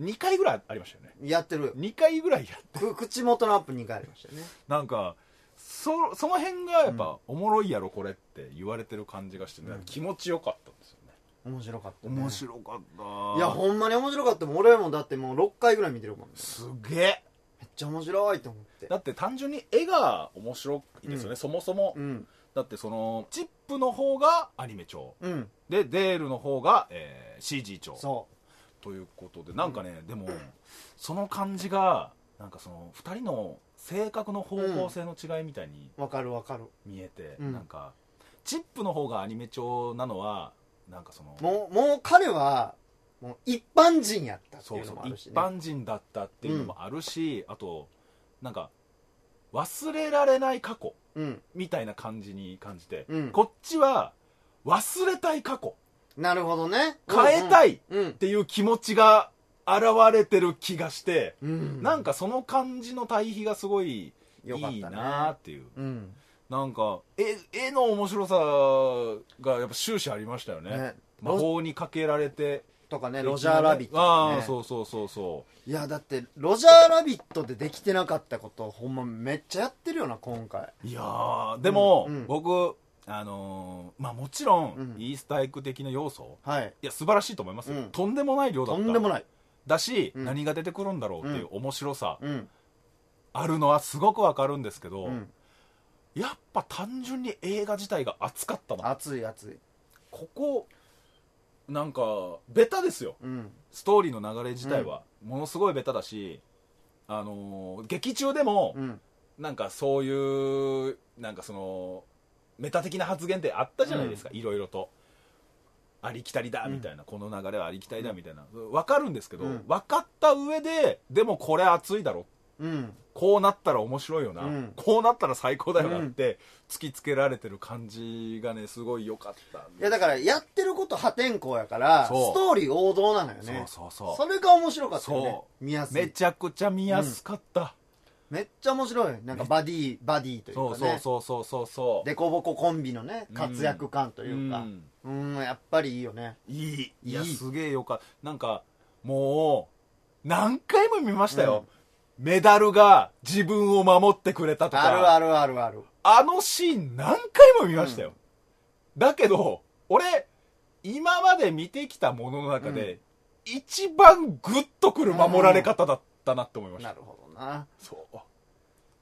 Speaker 2: 2回ぐらいありましたよね
Speaker 1: やってる。
Speaker 2: 2回ぐらいや
Speaker 1: く口元のアップ2回ありましたよね。
Speaker 2: なんかそその辺がやっぱ、おもろいやろこれって言われてる感じがして、ね
Speaker 1: うん
Speaker 2: 気持ちよかったんですよね
Speaker 1: 面白かった、ね。
Speaker 2: 面白かった、
Speaker 1: いや、ほんまに面白かったもん。俺もだってもう6回ぐらい見てるもん。めっ
Speaker 2: すげえ
Speaker 1: ちゃ面白いと思って
Speaker 2: だ。って単純に絵が面白いですよね、
Speaker 1: うん
Speaker 2: そもそも、
Speaker 1: うん。
Speaker 2: だってそのチップの方がアニメ調
Speaker 1: うん。
Speaker 2: でデールの方が、えー CG 調
Speaker 1: そ
Speaker 2: ということでなんかね、でもその感じがなんかその2人の性格の方向性の違いみたいに
Speaker 1: う。わかるわかる。
Speaker 2: 見えて、
Speaker 1: うん
Speaker 2: なんかチップの方がアニメ調なのはなんかその
Speaker 1: もう、もう彼は、もう一般人やったって
Speaker 2: そ
Speaker 1: いううの
Speaker 2: そう
Speaker 1: もあるし
Speaker 2: 一
Speaker 1: ね。
Speaker 2: 般人だったっていうのもあるし、あとなんか忘れられない過去
Speaker 1: うん。
Speaker 2: みたいな感じに感じて、
Speaker 1: うん
Speaker 2: こっちは忘れたい過去
Speaker 1: なるほどね。
Speaker 2: 変えたいっ
Speaker 1: うん。
Speaker 2: ていう気持ちが現れてる気がして、
Speaker 1: うん。
Speaker 2: なんかその感じの対比がすごいい
Speaker 1: よかったね
Speaker 2: いなっていう、
Speaker 1: うん。
Speaker 2: なんか絵絵の面白さがやっぱ終始ありましたよね
Speaker 1: ね
Speaker 2: 魔法にかけられて
Speaker 1: とかね、ロジャーラビットとか
Speaker 2: あ
Speaker 1: ね、
Speaker 2: あ、そうそうそうそう
Speaker 1: いや、だって、ロジャーラビットでできてなかったこと、ほんまめっちゃやってるよな、今回。
Speaker 2: いやーでも、
Speaker 1: うんうん
Speaker 2: 僕あのーまあもちろん、
Speaker 1: うん
Speaker 2: イースターエッグ的な要素
Speaker 1: はい。
Speaker 2: いや素晴らしいと思いますよ、
Speaker 1: うん
Speaker 2: とんでもない量だっ
Speaker 1: と
Speaker 2: た
Speaker 1: んでもない。
Speaker 2: だし、
Speaker 1: うん
Speaker 2: 何が出てくるんだろうっていう面白さ、
Speaker 1: うん。
Speaker 2: あるのはすごくわかるんですけど、
Speaker 1: うん。
Speaker 2: やっぱ単純に映画自体が熱かったな
Speaker 1: 熱い熱い。
Speaker 2: ここなんかベタですよ
Speaker 1: うん。
Speaker 2: ストーリーの流れ自体は、ものすごいベタだしあのー劇中でも、
Speaker 1: うん。
Speaker 2: なんかそういうなんかそのメタ的な発言ってあったじゃないですか、いろいろとありきたりだ
Speaker 1: うん
Speaker 2: みたいな、この流れはありきたりだみたいな、分かるんですけど、
Speaker 1: うん
Speaker 2: 分かった上ででもこれ熱いだろ
Speaker 1: うん。
Speaker 2: こうなったら面白いよな、
Speaker 1: うん
Speaker 2: こうなったら最高だよなって突きつけられてる感じがねすごい良かったん
Speaker 1: い
Speaker 2: で
Speaker 1: や、だから、やってること破天荒やから、ス
Speaker 2: そう
Speaker 1: トーリー王道なのよね。
Speaker 2: そうそうそう
Speaker 1: それが面白かったよね
Speaker 2: そ。
Speaker 1: 見やす
Speaker 2: め
Speaker 1: い。
Speaker 2: ちゃくちゃ見やすかった、
Speaker 1: めっちゃ面白いなんかバディバディというか
Speaker 2: そう
Speaker 1: ね
Speaker 2: そうそうそうそうそう
Speaker 1: デコボココンビのね活躍感と
Speaker 2: と
Speaker 1: いうかうんやっぱりいいよね
Speaker 2: いいいや
Speaker 1: いい
Speaker 2: すげえよかったなんかもう何回も見ましたよ、メダルが自分を守ってくれたとか
Speaker 1: あるあるあるある
Speaker 2: あのシーン何回も見ましたよ。だけど、俺、今まで見てきたものの中で、一番グッとくる守られ方だったなって思いました。
Speaker 1: なるほどな
Speaker 2: そう。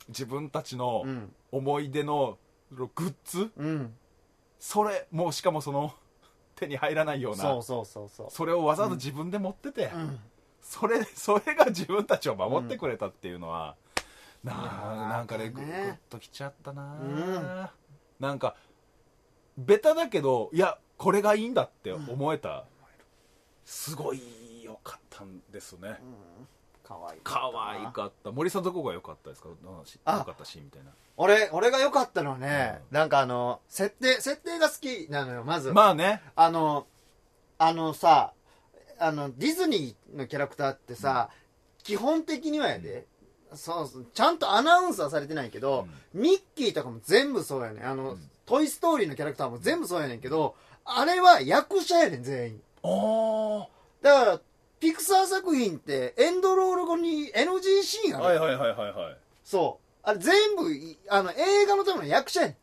Speaker 2: 自分たちの
Speaker 1: うん
Speaker 2: 思い出のグッズ、
Speaker 1: うん
Speaker 2: それ、もうしかもその、手に入らないような、
Speaker 1: そうそうそうそ
Speaker 2: それをわざわざ自分で持ってて、
Speaker 1: ううん
Speaker 2: それ、それが自分たちを守ってくれたっていうのは、なあ
Speaker 1: いやー
Speaker 2: なんかね、
Speaker 1: ね
Speaker 2: ぐぐっときちゃったな、
Speaker 1: うん
Speaker 2: なんか、ベタだけど、いや、これがいいんだって思えた。すごい良かったんですね。
Speaker 1: かわいい
Speaker 2: 可愛かった。森さんどこが良かったですかどのシ
Speaker 1: あ
Speaker 2: 良かったシーンみたいな。
Speaker 1: 俺俺が良かったのはねなんかあの設定設定が好きなのよまず
Speaker 2: まあね。
Speaker 1: あの、あのさ、あの、ディズニーのキャラクターってさ、基本的にはやで、そうそう、ちゃんとアナウンスはされてないけど、ミッキーとかも全部そうやねん。あの、
Speaker 2: うん
Speaker 1: トイ・ストーリーのキャラクターも全部そうやねんけど、あれは役者やねん、全員。
Speaker 2: おー。
Speaker 1: だから、ピクサー作品ってエンドロール後に NG シーンある。
Speaker 2: はいはいはいはいはい。
Speaker 1: そう。あれ全部い、あの、映画のための役者やねん。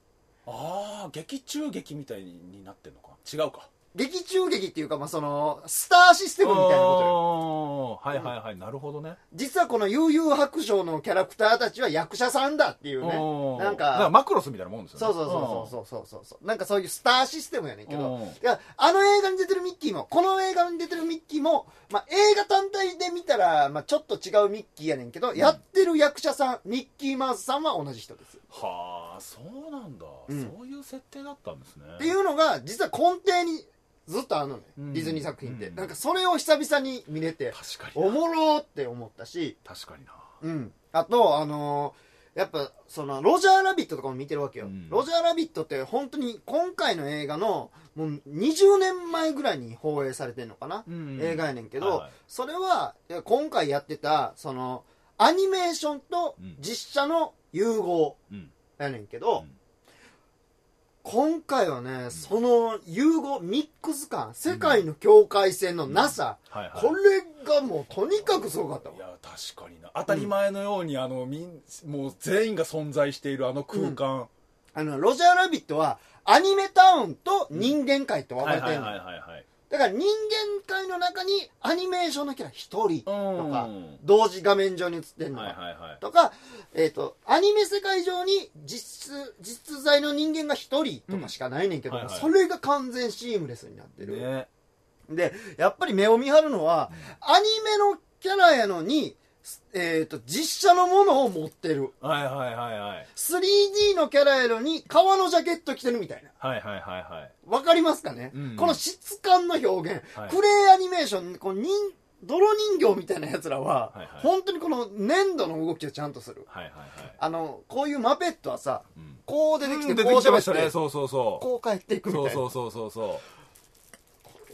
Speaker 2: あー、劇中劇みたいになってんのか。違うか。
Speaker 1: 劇中劇っていうか、まあ、その、スターシステムみたいなことよ。
Speaker 2: おーはいはいはい。なるほどね。
Speaker 1: 実はこの悠々白書のキャラクターたちは役者さんだっていう
Speaker 2: お
Speaker 1: ね
Speaker 2: ー
Speaker 1: なん
Speaker 2: だから
Speaker 1: か
Speaker 2: マクロスみたいなもんですよね
Speaker 1: そうそうそうそうそうそうそうなんかそういうスターシステムやねんけ
Speaker 2: うん
Speaker 1: どいやあの映画に出てるミッキーもこの映画に出てるミッキーも、まあ、映画単体で見たら、まあ、ちょっと違うミッキーやねんけど、やってる役者さんミッキーマウスさんは同じ人です、
Speaker 2: はあそうなんだ、
Speaker 1: うん
Speaker 2: そういう設定だったんですね
Speaker 1: っていうのが実は根底にずっとあるのね、
Speaker 2: うん
Speaker 1: ディズニー作品って、
Speaker 2: うん
Speaker 1: なんかそれを久々に見れて
Speaker 2: 確かに
Speaker 1: お
Speaker 2: な
Speaker 1: もろーって思ったし
Speaker 2: 確かにな
Speaker 1: うん、あと、あのーやっぱそのロジャーラビットとかも見てるわけよ、
Speaker 2: うん
Speaker 1: ロジャーラビットって本当に今回の映画のもう20年前ぐらいに放映されてんのかな、映画やねんけど、
Speaker 2: はいはい
Speaker 1: それはいや今回やってたそのアニメーションと実写の融合
Speaker 2: うん
Speaker 1: やねんけど、
Speaker 2: うん
Speaker 1: 今回はねその融合ミックス感世界の境界線のなさ、
Speaker 2: はいはい
Speaker 1: これがもうとにかくすごかったわ
Speaker 2: いや確かにな当たり前のように、あのみんもう全員が存在しているあの空間、
Speaker 1: あの、ロジャーラビットは、アニメタウンと人間界と分か
Speaker 2: は
Speaker 1: れ
Speaker 2: い
Speaker 1: て
Speaker 2: はい
Speaker 1: るの。
Speaker 2: はいはいはい
Speaker 1: だから人間界の中にアニメーションのキャラ一人とか、
Speaker 2: うん
Speaker 1: 同時画面上に映ってるの
Speaker 2: はいはい
Speaker 1: が
Speaker 2: はい
Speaker 1: とか、えっ、と、アニメ世界上に実、実在の人間が一人とかしかないねんけど、
Speaker 2: うんはいはい
Speaker 1: それが完全シームレスになってる。
Speaker 2: ね
Speaker 1: で、やっぱり目を見張るのは、アニメのキャラやのに、えっ、と、実写のものを持ってる。
Speaker 2: はいはいはいはい
Speaker 1: 3D のキャラやのに、革のジャケット着てるみたいな。
Speaker 2: はいはいはいはい
Speaker 1: わかりますかね、
Speaker 2: うん
Speaker 1: この質感の表現、
Speaker 2: はい
Speaker 1: クレイアニメーションこの人泥人形みたいなやつらは、
Speaker 2: はいはい
Speaker 1: 本当にこの粘土の動きをちゃんとする
Speaker 2: はいはいはい
Speaker 1: あのこういうマペットはさ
Speaker 2: うん
Speaker 1: こう出てきて
Speaker 2: うん出て
Speaker 1: こう
Speaker 2: きてまし
Speaker 1: 喋
Speaker 2: た
Speaker 1: って
Speaker 2: ねそうそうそう
Speaker 1: こう帰っていくみたい
Speaker 2: そう
Speaker 1: な
Speaker 2: そうそうそうそ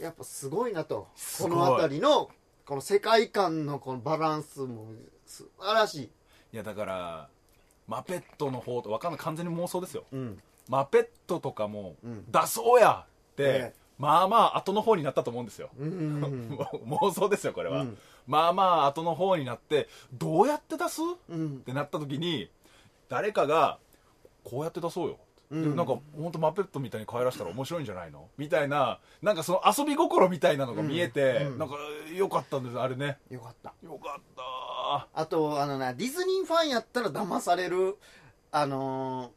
Speaker 1: やっぱすごいなと
Speaker 2: す
Speaker 1: こ
Speaker 2: ごい
Speaker 1: の辺りのこの世界観のこのバランスも素晴らしい、
Speaker 2: ういやだからマペットの方とわかんない完全に妄想ですよ
Speaker 1: うん、
Speaker 2: マペットとかも
Speaker 1: うん
Speaker 2: 出そうやって、
Speaker 1: ええ
Speaker 2: まあまあ後の方になったと思うんですよ、
Speaker 1: うん
Speaker 2: (laughs) 妄想ですよこれは、
Speaker 1: うん
Speaker 2: まあまあ後の方になってどうやって出すっ
Speaker 1: うん
Speaker 2: てなった時に誰かがこうやって出そうよ、
Speaker 1: うん
Speaker 2: でなんか本当マペットみたいに帰らせたら面白いんじゃないのみたいななんかその遊び心みたいなのが見えて、
Speaker 1: うんうん
Speaker 2: なんか良かったんですあれね
Speaker 1: よかった
Speaker 2: 良かった
Speaker 1: あとあのなディズニーファンやったら騙されるあの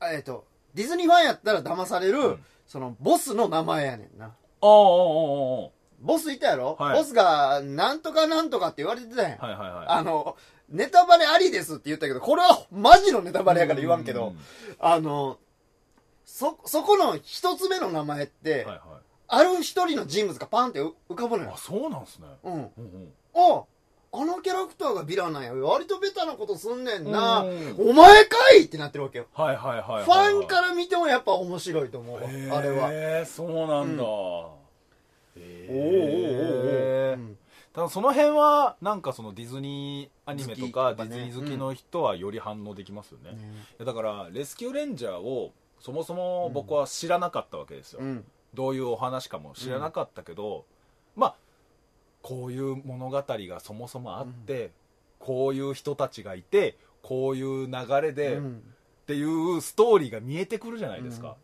Speaker 1: ーあえっ、とディズニーファンやったら騙される、
Speaker 2: うん
Speaker 1: そのボスの名前やねんな
Speaker 2: あああ
Speaker 1: ボスいたやろ、
Speaker 2: はい
Speaker 1: ボスがなんとかなんとかって言われてたやん、
Speaker 2: ああああはいはいはい
Speaker 1: あのネタバレありですって言ったけどこれはマジのネタバレやから言わんけど、
Speaker 2: う
Speaker 1: あのそそこの一つ目の名前って、
Speaker 2: はい
Speaker 1: ある一人の人物がパンって浮浮かぶの
Speaker 2: はいあ
Speaker 1: よ、
Speaker 2: そうなんですね
Speaker 1: うん、
Speaker 2: うんうん
Speaker 1: ああのキャラクターがヴィランなんや割とベタなことすんねんな
Speaker 2: うん
Speaker 1: お前かいってなってるわけよ
Speaker 2: はいはいはいはいはい
Speaker 1: ファンから見てもやっぱ面白いと思うわ
Speaker 2: へー
Speaker 1: あれは
Speaker 2: そうなん
Speaker 1: うん
Speaker 2: だ、へー
Speaker 1: うん
Speaker 2: ただその辺はなんかそのディズニーアニメとか
Speaker 1: 好きとか
Speaker 2: デ
Speaker 1: ね
Speaker 2: ィズニー好きの人はより反応できますよね,いや、だからレスキューレンジャーをそもそも僕は知らなかったわけですよ、
Speaker 1: うん
Speaker 2: どういうお話かも知らなかったけど、まあこういう物語がそもそもあって、こういう人たちがいてこういう流れで、
Speaker 1: うん
Speaker 2: っていうストーリーが見えてくるじゃないですか、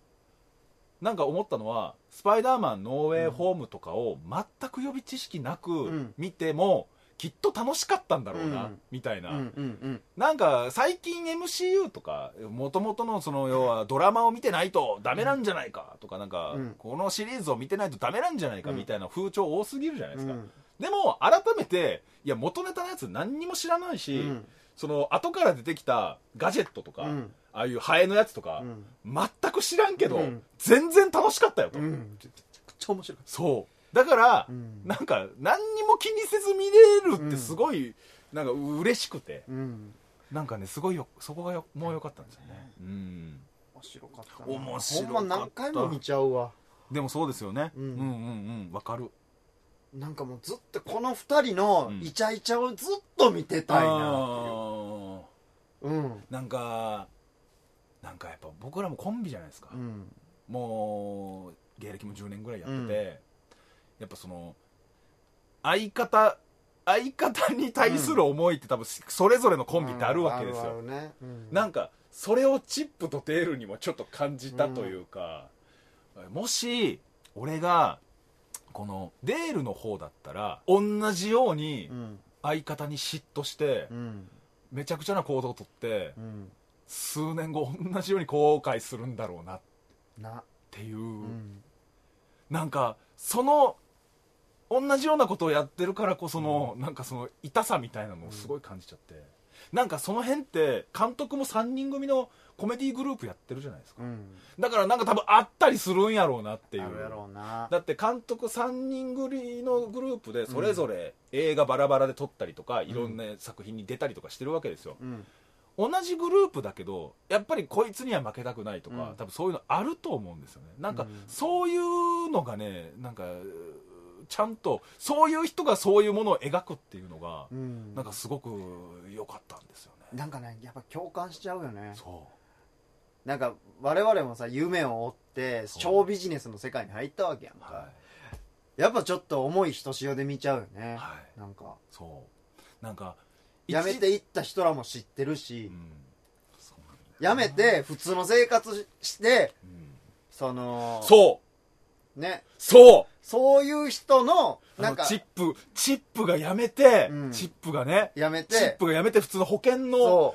Speaker 2: なんか思ったのは「スパイダーマンノーウェイホーム」とかを全く予備知識なく
Speaker 1: ん
Speaker 2: 見ても、きっと楽しかったんだろうな、
Speaker 1: うん
Speaker 2: みたいな、
Speaker 1: うんうん
Speaker 2: なんか最近 MCU とかもともとのその要はドラマを見てないとダメなんじゃないかとかなんか
Speaker 1: うん
Speaker 2: このシリーズを見てないとダメなんじゃないかみたいな風潮多すぎるじゃないで
Speaker 1: う
Speaker 2: す
Speaker 1: ん
Speaker 2: か、でも改めていや元ネタのやつ何にも知らないし、
Speaker 1: うん
Speaker 2: その後から出てきたガジェットとか、
Speaker 1: うん
Speaker 2: ああいうハエのやつとか、
Speaker 1: うん
Speaker 2: 全く知らんけど、
Speaker 1: うん
Speaker 2: 全然楽しかったよと、
Speaker 1: うんめちゃくちゃ面白い
Speaker 2: そうだから、
Speaker 1: うん
Speaker 2: なんか何にも気にせず見れるってすごい、なんか嬉しくて
Speaker 1: うん
Speaker 2: なんかねすごいよそこがよもう良かったんですよねうん
Speaker 1: 面白かったな
Speaker 2: 面白かった
Speaker 1: ほんま何回も見ちゃうわ
Speaker 2: でもそうですよね、う、
Speaker 1: うんん
Speaker 2: うんうんわかる
Speaker 1: なんかもうずっとこの二人の
Speaker 2: うん
Speaker 1: イチャイチャをずっと見てたいなっ
Speaker 2: あー
Speaker 1: ていううん
Speaker 2: なんかなんかやっぱ僕らもコンビじゃないですか、
Speaker 1: うん
Speaker 2: もう芸歴も10年ぐらいやってて、やっぱその相方相方に対する思いって多分それぞれのコンビってあるわけですよ、
Speaker 1: あるあるねうん
Speaker 2: なんかそれをチップとテールにもちょっと感じたというか、もし俺がこのデールの方だったら同じように
Speaker 1: うん
Speaker 2: 相方に嫉妬して
Speaker 1: うん
Speaker 2: めちゃくちゃな行動をとって
Speaker 1: うん
Speaker 2: 数年後同じように後悔するんだろうなっ
Speaker 1: な
Speaker 2: ていう、
Speaker 1: うん
Speaker 2: なんかその同じようなことをやってるからこその、なんかその痛さみたいなのをすごい感じちゃって、なんかその辺って監督も3人組のコメディグループやってるじゃないですか
Speaker 1: うん
Speaker 2: だからなんか多分あったりするんやろうなっていう
Speaker 1: あるやろうな
Speaker 2: だって監督3人組のグループでそれぞれ映画バラバラで撮ったりとか、いろんな作品に出たりとかしてるわけですよ、
Speaker 1: うん
Speaker 2: 同じグループだけどやっぱりこいつには負けたくないとか、
Speaker 1: うん
Speaker 2: 多分そういうのあると思うんですよねなんか
Speaker 1: うん
Speaker 2: そういうのがねなんかうーちゃんとそういう人がそういうものを描くっていうのが、
Speaker 1: うん
Speaker 2: なんかすごく良かったんですよね
Speaker 1: なんかねやっぱ共感しちゃうよね
Speaker 2: そ
Speaker 1: なんか我々もさ夢を追って
Speaker 2: そう
Speaker 1: 超ビジネスの世界に入ったわけやん
Speaker 2: う
Speaker 1: か、
Speaker 2: は
Speaker 1: やっぱちょっと重いひとしおで見ちゃうよ
Speaker 2: い、
Speaker 1: ね、
Speaker 2: はい、
Speaker 1: なんか
Speaker 2: そうなんか
Speaker 1: やめていった人らも知ってる
Speaker 2: う
Speaker 1: し、
Speaker 2: んそうなんだよ
Speaker 1: やめて普通の生活しして
Speaker 2: うん
Speaker 1: その
Speaker 2: そう
Speaker 1: ね
Speaker 2: そう
Speaker 1: そういう人の
Speaker 2: あの
Speaker 1: なんか
Speaker 2: チップチップがやめて、
Speaker 1: うん
Speaker 2: チップがね
Speaker 1: やめ
Speaker 2: チッ
Speaker 1: て
Speaker 2: プがやめて普通の保険の
Speaker 1: そ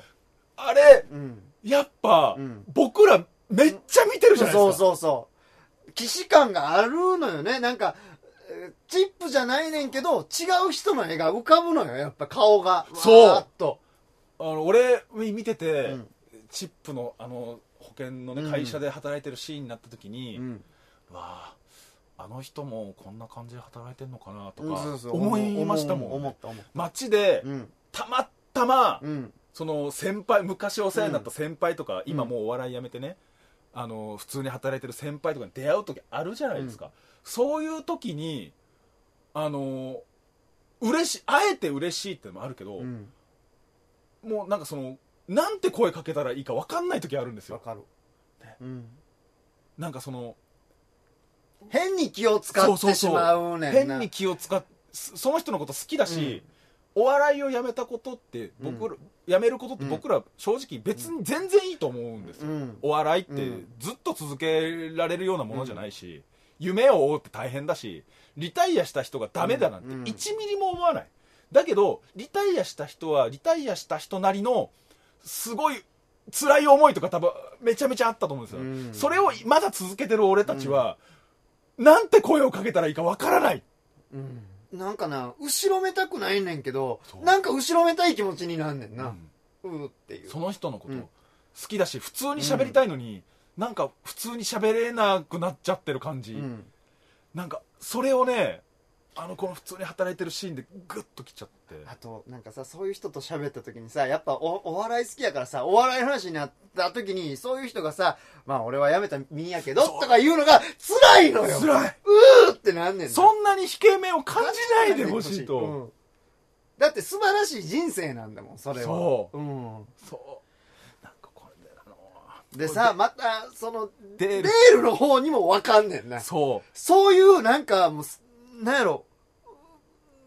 Speaker 2: あれ
Speaker 1: う、うん、
Speaker 2: やっぱ、
Speaker 1: うん
Speaker 2: 僕らめっちゃ見てるじゃないですか。
Speaker 1: そうそうそう既視感があるのよねなんかえーチップじゃないねんけど違う人の絵が浮かぶのよやっぱ顔が
Speaker 2: そう
Speaker 1: わーっと
Speaker 2: あの俺見てて、
Speaker 1: うん
Speaker 2: チップのあの保険の、
Speaker 1: う
Speaker 2: ね、
Speaker 1: ん
Speaker 2: 会社で働いてるシーンになった時に、
Speaker 1: うん
Speaker 2: わああの人もこんな感じで働いてんのかなと
Speaker 1: うん
Speaker 2: か
Speaker 1: そうそう
Speaker 2: 思いましたもん、
Speaker 1: 思った思っ
Speaker 2: 街で、
Speaker 1: たうん
Speaker 2: たまたま、
Speaker 1: うん
Speaker 2: その先輩昔お世話になった先輩とか、
Speaker 1: ん
Speaker 2: 今もうお笑いやめてねあの普通に働いてる先輩とかに出会う時あるじゃないですか、そういう時にあの嬉しいあえて嬉しいってのもあるけど、
Speaker 1: うん
Speaker 2: もうなんかそのなんて声かけたらいいか分かんない時あるんです
Speaker 1: わ
Speaker 2: よ
Speaker 1: かる
Speaker 2: ね
Speaker 1: うん
Speaker 2: なんかその
Speaker 1: 変に気を使
Speaker 2: そう
Speaker 1: っ
Speaker 2: そう
Speaker 1: て
Speaker 2: そ
Speaker 1: し
Speaker 2: う
Speaker 1: まうねんな
Speaker 2: 変に気を使ってそその人のこと好きだし、お笑いをやめたことって僕ら、やめることって僕ら正直別に全然いいと思うんですよ、
Speaker 1: うん
Speaker 2: お笑いって
Speaker 1: うん
Speaker 2: ずっと続けられるようなものじゃないし、夢を追うって大変だしリタイアした人がダメだなんて
Speaker 1: うん
Speaker 2: 1ミリも思わないだけどリタイアした人はリタイアした人なりのすごい辛い思いとか多分めちゃめちゃあったと思うんですよ、
Speaker 1: うん
Speaker 2: それをまだ続けてる俺たちは、なんて声をかけたらいいかわからない
Speaker 1: うんなんかな後ろめたくないねんけど
Speaker 2: そう
Speaker 1: なんか後ろめたい気持ちになんねん
Speaker 2: う
Speaker 1: なんうーっていう
Speaker 2: その人のこと
Speaker 1: うん
Speaker 2: 好きだし普通に喋りたいのに、なんか普通に喋れなくなっちゃってる感じ、
Speaker 1: うん
Speaker 2: なんかそれをねあの子の普通に働いてるシーンでグッと来ちゃって
Speaker 1: あとなんかさそういう人と喋った時にさやっぱおお笑い好きやからさお笑いの話になった時にそういう人がさ「まあ俺は辞めた身やけど」
Speaker 2: そう
Speaker 1: とか言うのが辛いのよ
Speaker 2: 辛いう
Speaker 1: ーってなんねんな
Speaker 2: そんなに引け目を感じないでほしいと、
Speaker 1: うんだって素晴らしい人生なんだもんそれは、
Speaker 2: そう
Speaker 1: ん、
Speaker 2: そうなんかこれであの
Speaker 1: でさまたその
Speaker 2: デール
Speaker 1: レールの方にも分かんねんな
Speaker 2: そう
Speaker 1: そういうなんかもうすなんやろ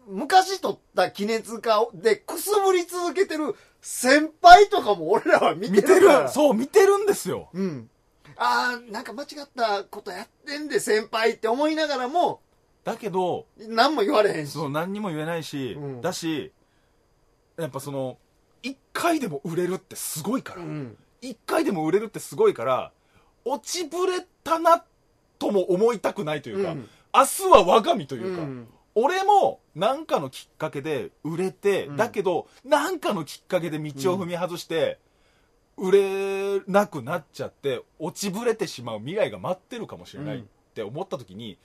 Speaker 1: 昔取った気熱化をでくすぶり続けてる先輩とかも俺らは見て
Speaker 2: 見て
Speaker 1: る
Speaker 2: る
Speaker 1: から
Speaker 2: そう見てるんですよ
Speaker 1: うんああなんか間違ったことやってんで先輩って思いながらも
Speaker 2: だけど
Speaker 1: 何も言われへんし
Speaker 2: そう何にも言えないし、
Speaker 1: うん
Speaker 2: だしやっぱその1回でも売れるってすごいか
Speaker 1: う
Speaker 2: ら、
Speaker 1: ん
Speaker 2: 一回でも売れるってすごいから落ちぶれたなとも思いたくないというか、
Speaker 1: うん
Speaker 2: 明日は我が身と
Speaker 1: う
Speaker 2: いうか、
Speaker 1: ん
Speaker 2: 俺も何かのきっかけで売れて、
Speaker 1: うん
Speaker 2: だけど何かのきっかけで道を踏み外して、売れなくなっちゃって落ちぶれてしまう未来が待ってるかもしれないって思った時に、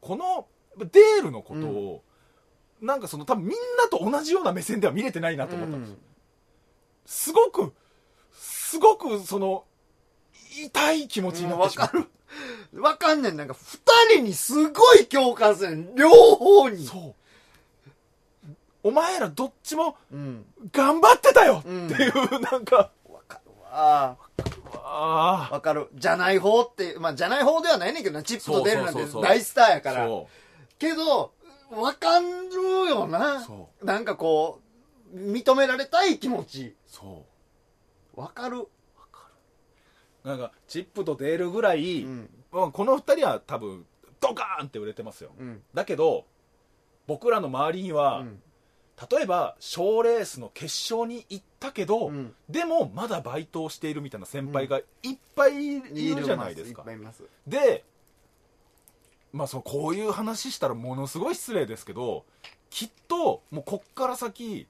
Speaker 2: このデールのことを、なんかその多分みんなと同じような目線では見れてないなと思ったんですよすごく、すごく、その、痛い気持ちになってしまう。
Speaker 1: うんわわかんねん。なんか、二人にすごい共感するねん。両方に。
Speaker 2: そう。お前らどっちも
Speaker 1: うん。
Speaker 2: 頑張ってたよって
Speaker 1: うん
Speaker 2: いう、なんか、
Speaker 1: わかるわ。
Speaker 2: あ
Speaker 1: わかる。じゃない方って、まあ、じゃない方ではないねんけどな。チップと出るなん
Speaker 2: そ
Speaker 1: て
Speaker 2: うそうそうそう
Speaker 1: 大スターや
Speaker 2: あ。
Speaker 1: から。
Speaker 2: そ
Speaker 1: けど、わかるよな
Speaker 2: そ。
Speaker 1: なんかこう、認められたい気持ち。
Speaker 2: う。そ
Speaker 1: わかる。
Speaker 2: う。なんか、チップとデールぐらい、
Speaker 1: うん
Speaker 2: まあこの二人は多分、ドカーンって売れてますよ。
Speaker 1: うん。
Speaker 2: だけど、僕らの周りには、
Speaker 1: うん
Speaker 2: 例えば、賞レースの決勝に行ったけど、
Speaker 1: うん
Speaker 2: でもまだバイトをしているみたいな先輩がいっぱいいるじゃないですか、
Speaker 1: いっぱいいます。
Speaker 2: で、まあ、そのこういう話したらものすごい失礼ですけどきっともうこっから先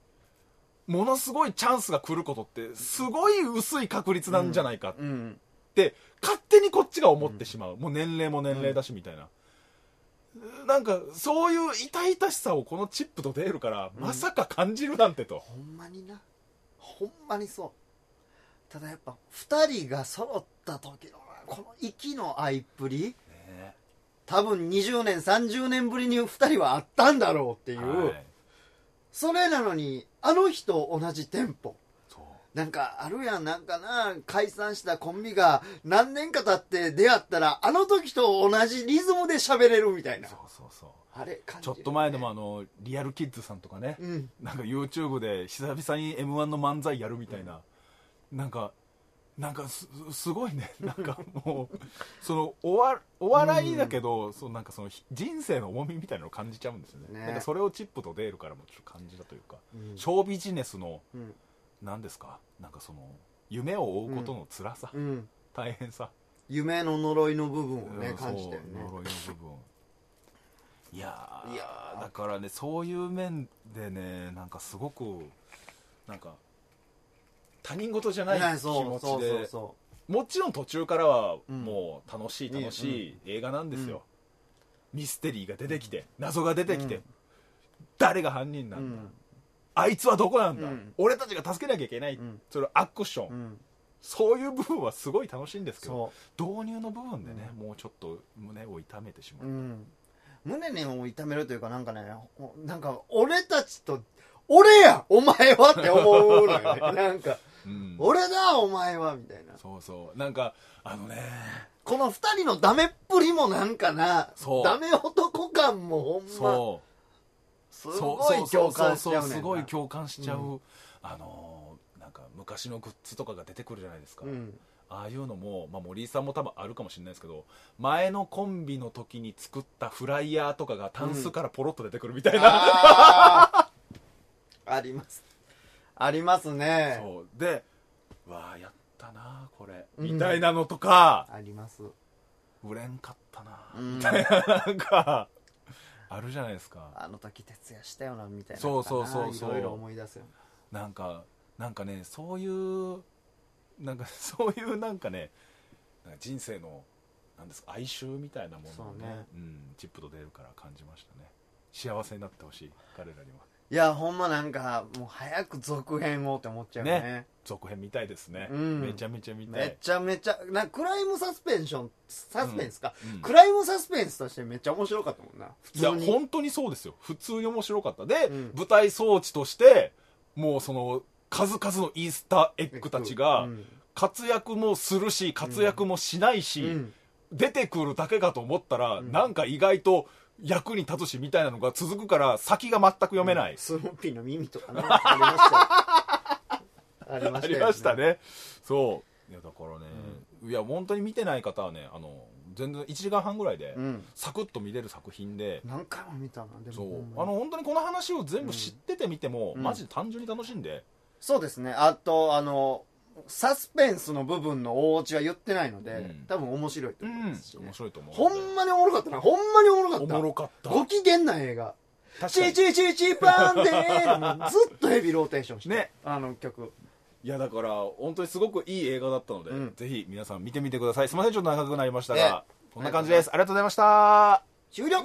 Speaker 2: ものすごいチャンスが来ることってすごい薄い確率なんじゃないかっ
Speaker 1: うん。
Speaker 2: て勝手にこっちが思ってしまう、もう年齢も年齢だしみたいな、なんかそういう痛々しさをこのチップと出るからまさか感じるなんてと、
Speaker 1: ほんまになほんまにそうただやっぱ2人が揃った時のこの息の合いっぷり
Speaker 2: ね
Speaker 1: 多分20年30年ぶりに2人は会ったんだろうっていう、
Speaker 2: はい
Speaker 1: それなのにあの日と同じテンポ
Speaker 2: そう
Speaker 1: なんかあるやんなんかな解散したコンビが何年か経って出会ったらあの時と同じリズムで喋れるみたいな
Speaker 2: そうそうそう
Speaker 1: あれ感じ
Speaker 2: ちょ
Speaker 1: る
Speaker 2: っと前でもあのリアルキッズさんとかね、
Speaker 1: うん
Speaker 2: なんか YouTube で久々に m 1の漫才やるみたいな、なんかなんかすすごいね (laughs) なんかもうそのおわお笑いだけど、そうなんかそのひ人生の重みみたいなのを感じちゃうんですよね
Speaker 1: ね
Speaker 2: なんかそれをチップとデールからもちょっと感じたというか、
Speaker 1: うん
Speaker 2: ショービジネスの
Speaker 1: うん
Speaker 2: 何ですかなんかその夢を追うことの辛さ、
Speaker 1: うん
Speaker 2: 大変さ、
Speaker 1: 夢の呪いの部分をね
Speaker 2: うん
Speaker 1: 感じたよね
Speaker 2: そう呪いの部分いやー
Speaker 1: いやー
Speaker 2: だからねそういう面でねなんかすごくなんか他人事じゃない気持ちで
Speaker 1: そうそうそうそ
Speaker 2: もちろん途中からは
Speaker 1: うん
Speaker 2: もう楽しい
Speaker 1: いい
Speaker 2: 楽しい映画なんですよ、ミステリーが出てきて謎が出てきて、
Speaker 1: うん
Speaker 2: 誰が犯人
Speaker 1: う
Speaker 2: な
Speaker 1: うん
Speaker 2: だ、
Speaker 1: ん
Speaker 2: あいつはどこなんだ、
Speaker 1: うん
Speaker 2: 俺たちが助けなきゃいけない、
Speaker 1: うん
Speaker 2: それアクション、
Speaker 1: うん
Speaker 2: そういう部分はすごい楽しいんですけど
Speaker 1: そ
Speaker 2: 導入の部分でね、もうちょっと胸を痛めてしま
Speaker 1: う、
Speaker 2: う、
Speaker 1: うん、胸ねを痛めるというかなんかねおなんか俺たちと俺やお前はって思うのよね
Speaker 2: (laughs)
Speaker 1: なんか
Speaker 2: うん
Speaker 1: 俺だお前はみたいな
Speaker 2: そうそうなんかあのね
Speaker 1: この二人のダメっぷりもなんかな
Speaker 2: そう
Speaker 1: ダメ男感もほんま
Speaker 2: そう
Speaker 1: す
Speaker 2: そう
Speaker 1: ごい
Speaker 2: そう
Speaker 1: 共感しちゃう
Speaker 2: そうそう
Speaker 1: ねんな
Speaker 2: すごい共感しちゃう、
Speaker 1: う
Speaker 2: あのーなんか昔のグッズとかが出てくるじゃないですか、
Speaker 1: うん
Speaker 2: ああいうのも、まあ、森井さんも多分あるかもしれないですけど前のコンビの時に作ったフライヤーとかがタンスからポロッと出てくるみたいな、
Speaker 1: あー (laughs) ありますありますね
Speaker 2: そうでうわあやったなこれ、
Speaker 1: うん
Speaker 2: みたいなのとか
Speaker 1: あります
Speaker 2: 売れんかったな、
Speaker 1: うん
Speaker 2: なんかあるじゃないですか
Speaker 1: あの時徹夜したよなみたいな
Speaker 2: そうそうそうそう
Speaker 1: いろいろ思い出すよね
Speaker 2: なんかなんかねそういうなんか (laughs) そういうなんかねなんか人生のなんですか哀愁みたいなものをね
Speaker 1: そうね
Speaker 2: ん、チップと出るから感じましたね幸せになってほしい彼らにはい
Speaker 1: やほんまなんかもう早く続編をって思っちゃうね
Speaker 2: ね続編見たいですね、
Speaker 1: うん
Speaker 2: めちゃめちゃ見た
Speaker 1: め
Speaker 2: い
Speaker 1: ちゃめちゃなクライムサスペンションサスペンスか、
Speaker 2: うんうん
Speaker 1: クライムサスペンスとしてめっちゃ面白かったもんない
Speaker 2: や
Speaker 1: 普通に
Speaker 2: 本当にそうですよ普通に面白かったで、
Speaker 1: うん
Speaker 2: 舞台装置としてもうその数々のイースターエッグたちが
Speaker 1: うん
Speaker 2: 活躍もするし活躍もしないし、
Speaker 1: うん
Speaker 2: 出てくるだけかと思ったら、
Speaker 1: ん
Speaker 2: なんか意外と役に立つしみたいなのが続くから先が全く読めない、
Speaker 1: スヌーピーの耳とかねあ
Speaker 2: (laughs)
Speaker 1: りまし
Speaker 2: あ
Speaker 1: た
Speaker 2: り
Speaker 1: よ
Speaker 2: ました
Speaker 1: ね
Speaker 2: ねそういやだからね、いや本当に見てない方はねあの全然1時間半ぐらいで、
Speaker 1: うん
Speaker 2: サクッと見れる作品で、
Speaker 1: 何回も見たなでも
Speaker 2: そう
Speaker 1: ほんまに
Speaker 2: あの本当にこの話を全部知ってて見ても、
Speaker 1: うん
Speaker 2: マジで単純に楽しんで、
Speaker 1: そうですねあとあのサスペンスの部分のお家は言ってないので、
Speaker 2: うん
Speaker 1: 多分面白いと思いますしね、
Speaker 2: 面白いと思う
Speaker 1: ほんまにおもろかったなほんまにおもろか
Speaker 2: お
Speaker 1: った
Speaker 2: もろかった
Speaker 1: ご機嫌な映画
Speaker 2: 確か
Speaker 1: チー
Speaker 2: に
Speaker 1: チーチーチーパーンでーの
Speaker 2: (laughs)
Speaker 1: ずっとヘビローテーションして、
Speaker 2: ね
Speaker 1: あの曲
Speaker 2: いやだから本当にすごくいい映画だったので、
Speaker 1: うん
Speaker 2: ぜひ皆さん見てみてくださいすみませんちょっと長くなりましたが
Speaker 1: ね、
Speaker 2: こんな感じですありがとうございましたあ
Speaker 1: 終了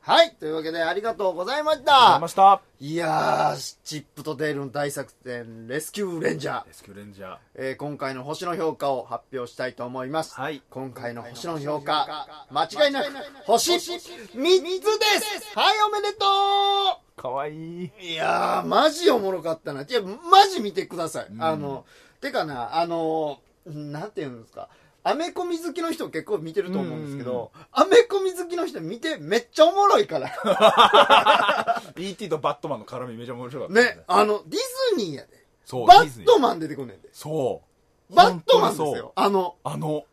Speaker 1: はいというわけでありがとうございまし
Speaker 2: りがとうござ
Speaker 1: た
Speaker 2: いました
Speaker 1: いやーチップとデールの大作戦「レスキューレンジャー
Speaker 2: レスキューレンジャー」
Speaker 1: えー今回の星の評価を発表したいと思います、
Speaker 2: はい
Speaker 1: 今回の星の評価間違いなく星3つですはいおめでと
Speaker 2: かわいいう
Speaker 1: いやーマジおもろかったないやマジ見てください、
Speaker 2: うん
Speaker 1: あのてかなあのなんていうんですかアメコミ好きの人結構見てると思うんですけど、アメコミ好きの人見てめっちゃおもろいから (laughs)
Speaker 2: BT とバットマンの絡みめちゃ面白かった
Speaker 1: ねあのディズニーやで
Speaker 2: そう
Speaker 1: バ
Speaker 2: ディズニ
Speaker 1: ッ
Speaker 2: ー
Speaker 1: トマン出てくんねんで
Speaker 2: そう
Speaker 1: バットマンで
Speaker 2: 本
Speaker 1: す
Speaker 2: 当にそう
Speaker 1: よあの
Speaker 2: あの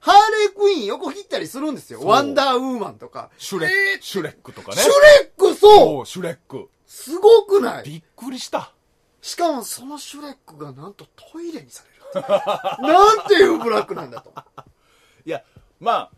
Speaker 1: ハーレークイーン横切ったりするんですよ。
Speaker 2: そう
Speaker 1: ワンダーウーマンとか。
Speaker 2: シュレック、
Speaker 1: え
Speaker 2: シュレックとか
Speaker 1: ー
Speaker 2: ね
Speaker 1: シュレックそう
Speaker 2: そうシュレック
Speaker 1: すごくない
Speaker 2: びっくりした
Speaker 1: しかもそのシュレックがなんとトイレにされる。 (laughs) なんていうブラックなんだと。
Speaker 2: いやまあ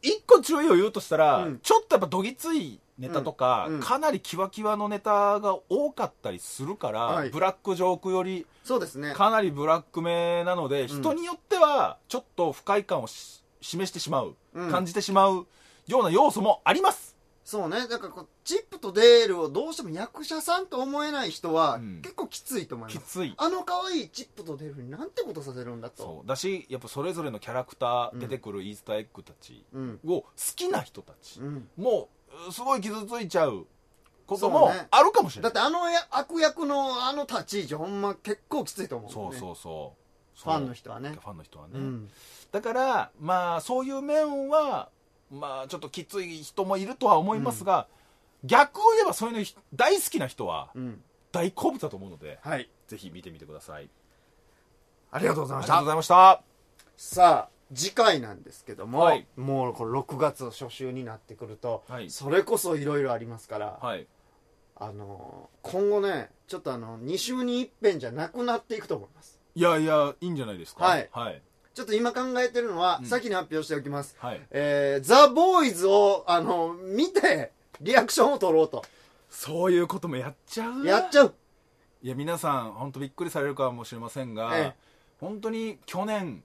Speaker 2: 一個注意を言うとしたら、
Speaker 1: うん
Speaker 2: ちょっとやっぱどぎついネタとか、
Speaker 1: うんうん
Speaker 2: かなりキワキワのネタが多かったりするから、
Speaker 1: はい
Speaker 2: ブラックジョークより
Speaker 1: そうですね。
Speaker 2: かなりブラックめなので、人によってはちょっと不快感をし示してしまう、
Speaker 1: うん
Speaker 2: 感じてしまうような要素もあります
Speaker 1: そうね。だからこう、チップとデールをどうしても役者さんと思えない人は
Speaker 2: うん
Speaker 1: 結構きついと思い
Speaker 2: き
Speaker 1: ます。
Speaker 2: つい
Speaker 1: あの可愛いチップとデールになんてことさせるんだと。
Speaker 2: そうだしやっぱそれぞれのキャラクター出てくるイースターエッグたち
Speaker 1: うん。
Speaker 2: を好きな人たち
Speaker 1: うん。
Speaker 2: もうすごい傷ついちゃうこと
Speaker 1: そ
Speaker 2: も
Speaker 1: うね
Speaker 2: あるかもしれな
Speaker 1: だ
Speaker 2: い
Speaker 1: ってあのや悪役のあの立ち位置ほんま結構きついと思う、ね。
Speaker 2: そうそうそう
Speaker 1: ファンの人はね
Speaker 2: ファンの人はね、
Speaker 1: うん。
Speaker 2: だからまあそういう面はまあちょっときつい人もいるとは思いますが、逆を言えばそういうのひ大好きな人は
Speaker 1: うん。
Speaker 2: 大好物だと思うので、
Speaker 1: はい。
Speaker 2: ぜひ見てみてください
Speaker 1: ありがとうござい
Speaker 2: あ
Speaker 1: ま
Speaker 2: り
Speaker 1: し
Speaker 2: が
Speaker 1: た
Speaker 2: とうご。ざいました
Speaker 1: さあ次回なんですけども、
Speaker 2: はい
Speaker 1: もうこれ6月初週になってくると、
Speaker 2: はい
Speaker 1: それこそいろいろありますから、
Speaker 2: はい
Speaker 1: あのー今後ねちょっとあの2週に一遍じゃなくなっていくと思います
Speaker 2: いやいやいいんじゃないですか
Speaker 1: はい
Speaker 2: はい
Speaker 1: ちょっと今考えてるのは、
Speaker 2: うん
Speaker 1: 先に発表しておきます
Speaker 2: はい
Speaker 1: えー、ザ・ボーイズをあの見てリアクションを取ろうと
Speaker 2: そういうこともやっちゃう
Speaker 1: やっちゃ
Speaker 2: (laughs)
Speaker 1: う
Speaker 2: いや皆さん本当びっくりされるかもしれませんが、
Speaker 1: ええ
Speaker 2: 本当に去年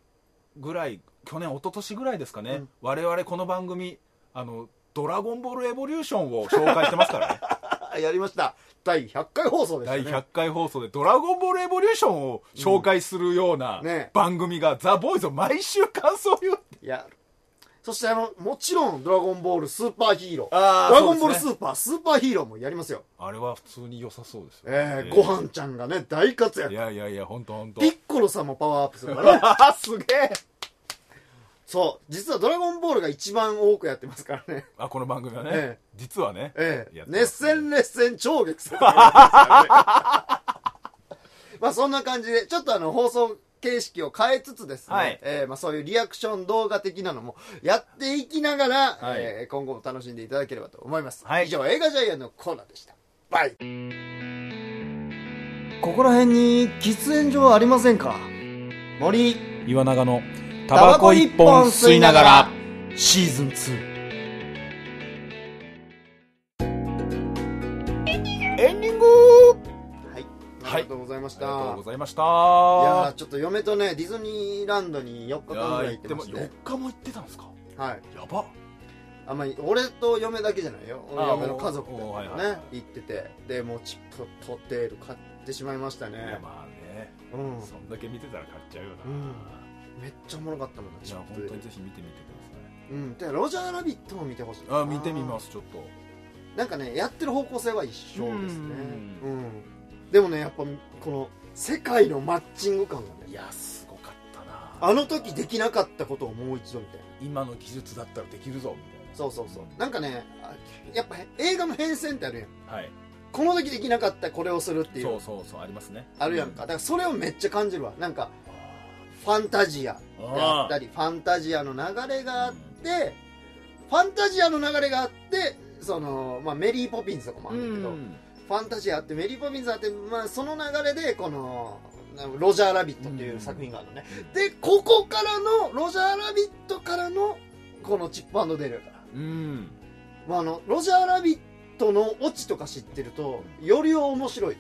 Speaker 2: ぐらい去年一昨年ぐらいですかね、
Speaker 1: うん
Speaker 2: 我々この番組あの「ドラゴンボールエボリューション」を紹介してま
Speaker 1: (laughs)
Speaker 2: すからね
Speaker 1: あやりました第100回放送でした
Speaker 2: 第
Speaker 1: ね
Speaker 2: 100回放送で「ドラゴンボールエボリューション」を紹介するような
Speaker 1: うんね
Speaker 2: 番組が「ザ・ボーイズを毎週感想を
Speaker 1: (laughs)
Speaker 2: 言うって
Speaker 1: いやそしてあのもちろん「ドラゴンボールスーパーヒーロー」
Speaker 2: あー
Speaker 1: ドラゴンボール
Speaker 2: そう
Speaker 1: ス
Speaker 2: で
Speaker 1: ーパー、スーパーヒーロー」もやりますよ
Speaker 2: あれは普通に良さそうですよ、
Speaker 1: えー、ご飯ちゃんがね、大活
Speaker 2: い
Speaker 1: 躍。
Speaker 2: やいやいや本当本当
Speaker 1: ピッコロさんもパワーアップするからね。
Speaker 2: (laughs) あすげえ
Speaker 1: そう。実はドラゴンボールが一番多くやってますからね。
Speaker 2: あこの番組はね、
Speaker 1: ええ
Speaker 2: 実はね、
Speaker 1: ええ
Speaker 2: やっ。てま
Speaker 1: 熱
Speaker 2: すね
Speaker 1: 戦熱戦超激
Speaker 2: (laughs)
Speaker 1: 戦。まあそんな感じで、ちょっとあの放送形式を変えつつですね、
Speaker 2: はい
Speaker 1: えーまあそういうリアクション動画的なのもやっていきながら、
Speaker 2: はい
Speaker 1: えー今後も楽しんでいただければと思います。
Speaker 2: はい
Speaker 1: 以上、映画ジャイアンのコーナーでした。バイ。ここら辺に喫煙所ありませんか森
Speaker 2: 岩永のタ
Speaker 1: タバコ一本吸いながら
Speaker 2: シーズン2エンディング
Speaker 1: はい、
Speaker 2: はい
Speaker 1: ありがとうございまし
Speaker 2: あり
Speaker 1: た。
Speaker 2: がとうご
Speaker 1: い
Speaker 2: ざいました
Speaker 1: やー
Speaker 2: い
Speaker 1: ちょっと嫁とねディズニーランドに4日間ぐらい
Speaker 2: ー
Speaker 1: 行ってまし
Speaker 2: 4
Speaker 1: て、
Speaker 2: 日も行ってたんですか
Speaker 1: はい、
Speaker 2: やば
Speaker 1: あんまり俺と嫁だけじゃないよ俺
Speaker 2: あ
Speaker 1: 嫁の家族と
Speaker 2: おおはい
Speaker 1: か
Speaker 2: はいはい
Speaker 1: ね行っててでもうチップとテール買ってしまいました
Speaker 2: いや
Speaker 1: ね、
Speaker 2: まあね、
Speaker 1: うん、
Speaker 2: そんだけ見てたら買っちゃうよな、
Speaker 1: うんめっちゃおもろかったもんないチ
Speaker 2: や
Speaker 1: ッ
Speaker 2: 本
Speaker 1: プ
Speaker 2: 当
Speaker 1: テ
Speaker 2: に
Speaker 1: ー
Speaker 2: ぜひ見てみて
Speaker 1: ルうんでロジャーラビットも見てほしい
Speaker 2: くださいあ見てみますすちょっと
Speaker 1: なんかねやってる方向性は一緒ですね
Speaker 2: う
Speaker 1: うんでもねやっぱこの世界のマッチング感が
Speaker 2: い
Speaker 1: ね
Speaker 2: やすごかったな
Speaker 1: あの時できなかったことをもう一度みたいな
Speaker 2: 今の技術だったらできるぞみ
Speaker 1: そうそうそうなんかねあやっぱ映画の変遷ってあるやん
Speaker 2: たいなはい
Speaker 1: この時できなかったこれをするってい
Speaker 2: そう
Speaker 1: う
Speaker 2: そうそうありますね
Speaker 1: あるやんかだからそれをめっちゃ感じるわなんかファンタジアであ
Speaker 2: あ
Speaker 1: ったりファンタジアの流れがあってファンタジアの流れがあってその、まあ、メリー・ポピンズとかもあ
Speaker 2: う
Speaker 1: るんだけど、
Speaker 2: ん
Speaker 1: ファンタジアあってメリー・ポピンズあって、まあ、その流れでこの「ロジャー・ラビット」っていう作品があるのね、でここからの「ロジャー・ラビット」からのこの「チップデール」やから、
Speaker 2: うん
Speaker 1: まあ、あのロジャー・ラビットのオチとか知ってるとより面白い
Speaker 2: へ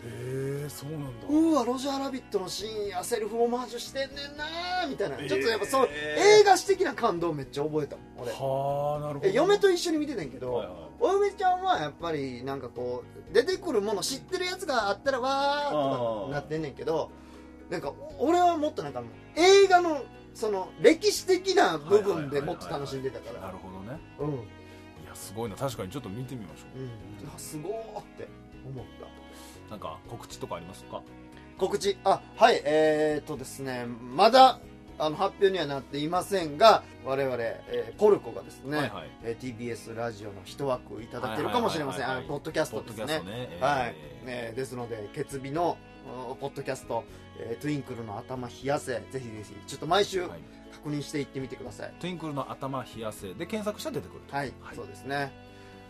Speaker 2: えそうなんだ
Speaker 1: うわロジャー・ラビットのシーンやセルフオマージュしてんねんなーみたいな、
Speaker 2: えー
Speaker 1: ちょっとやっぱそう映画史的な感動めっちゃ覚えたもん俺
Speaker 2: はあなるほど
Speaker 1: え嫁と一緒に見てたんやけど、
Speaker 2: はいはい
Speaker 1: お嫁ちゃんはやっぱりなんかこう出てくるもの知ってるやつがあったらわーとかなってんねんけどなんか俺はもっとなんか映画のその歴史的な部分でもっと楽しんでたか
Speaker 2: な
Speaker 1: ら
Speaker 2: るほどね
Speaker 1: うんうん
Speaker 2: いやすごいな確かにちょっと見てみましょ
Speaker 1: あすごーって思った
Speaker 2: うなんか告知とかありますか
Speaker 1: 告知あはいえー、っとですねまだあの発表にはなっていませんが我々、えーポルコがですね、
Speaker 2: はいはい
Speaker 1: えー TBS ラジオの一枠いただけるかもしれません
Speaker 2: はい
Speaker 1: あ
Speaker 2: は
Speaker 1: の
Speaker 2: いはいはい
Speaker 1: ポッドキャス
Speaker 2: ポ
Speaker 1: ト
Speaker 2: ッ
Speaker 1: で
Speaker 2: ド
Speaker 1: す
Speaker 2: キャ
Speaker 1: ね
Speaker 2: ストね
Speaker 1: はい
Speaker 2: え
Speaker 1: えーですので決日のおポッドキャスト、えートゥインクルの頭冷やせぜひぜひちょっと毎週
Speaker 2: ーはい
Speaker 1: 確認していってみてください
Speaker 2: トゥインクルの頭冷やせで検索したら出てくると
Speaker 1: はい、
Speaker 2: はい
Speaker 1: そうですね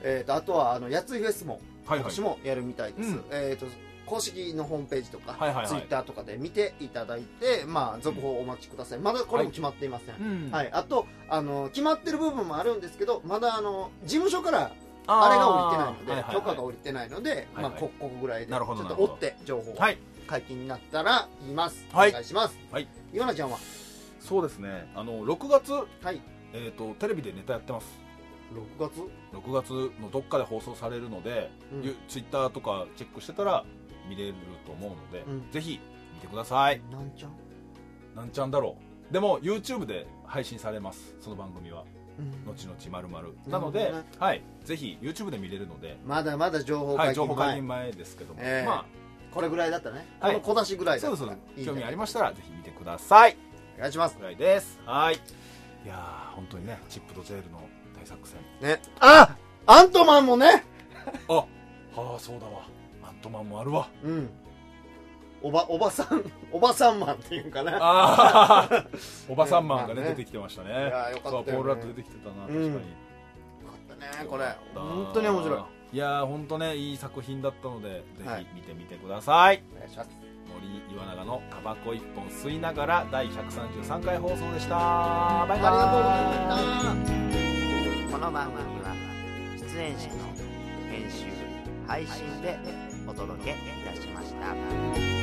Speaker 1: えー、とあとはあのやついフェスも
Speaker 2: は
Speaker 1: 今
Speaker 2: いはい
Speaker 1: 年もやるみたいです、
Speaker 2: うん
Speaker 1: えー、と公式のホームページとか、
Speaker 2: はいはいはい
Speaker 1: ツイッターとかで見ていただいて、まあ、続報をお待ちください、まだこれも決まっていません、はい
Speaker 2: ん
Speaker 1: あとあの決まってる部分もあるんですけどまだあの事務所から
Speaker 2: あ
Speaker 1: あれが降りてないので、
Speaker 2: ーはいはいはい
Speaker 1: 許可が降りてないので、
Speaker 2: はい
Speaker 1: まあ、ここぐらいでち
Speaker 2: な
Speaker 1: ょ
Speaker 2: るほ
Speaker 1: っ
Speaker 2: ど
Speaker 1: と
Speaker 2: なる
Speaker 1: 追
Speaker 2: ほど
Speaker 1: って情報を
Speaker 2: はい
Speaker 1: 解禁になったら言います、
Speaker 2: はい
Speaker 1: お願いします、
Speaker 2: はい、
Speaker 1: イオナちゃんは
Speaker 2: そうですねあの6月、
Speaker 1: はい
Speaker 2: えー、とテレビでネタやってます
Speaker 1: 6月
Speaker 2: 6月のどっかで放送されるので、
Speaker 1: うん
Speaker 2: ツイッターとかチェックしてたら見れると思うので、
Speaker 1: うん
Speaker 2: ぜひ見てください
Speaker 1: なんちゃん、
Speaker 2: なんちゃんだろうでも YouTube で配信されますその番組は
Speaker 1: うん
Speaker 2: 後々まるまる
Speaker 1: うん
Speaker 2: なので、
Speaker 1: うん
Speaker 2: はい、ぜひ YouTube で見れるので、
Speaker 1: まだまだ情報
Speaker 2: は
Speaker 1: 解
Speaker 2: い、情報
Speaker 1: 禁
Speaker 2: 解
Speaker 1: 前、
Speaker 2: 禁前ですけども、
Speaker 1: ええ
Speaker 2: ま
Speaker 1: これぐらいだったね、
Speaker 2: はい
Speaker 1: この小出しぐら
Speaker 2: あ
Speaker 1: いだ
Speaker 2: そう
Speaker 1: っ
Speaker 2: で
Speaker 1: た
Speaker 2: すそうです
Speaker 1: いいね
Speaker 2: 興味ありましたらぜひ見てください
Speaker 1: お願いします
Speaker 2: ぐらいですはいいやー本当にねチップとジェールの大作戦
Speaker 1: ねあアントマンもね
Speaker 2: あはあそうだわアントマンもあるわ
Speaker 1: うんおばおばさんおばさんマンっていうかな
Speaker 2: ああ
Speaker 1: (laughs)
Speaker 2: おばさんマンが
Speaker 1: ま
Speaker 2: ね
Speaker 1: あね
Speaker 2: 出てきてましたね
Speaker 1: いやよかったよね
Speaker 2: そうポール・ラット出てきてたな確かに、
Speaker 1: うんよかったねこれ
Speaker 2: よかった
Speaker 1: 本当に面白い
Speaker 2: いやー本当ねいい作品だったのでぜ
Speaker 1: はい
Speaker 2: ひ見てみてください、
Speaker 1: お願いします
Speaker 2: 森岩永のタバコ一本吸いながら第133回放送でしたバイバイ
Speaker 1: ありがとうございました
Speaker 3: この番組は出演者の編集配信でお届けいたしました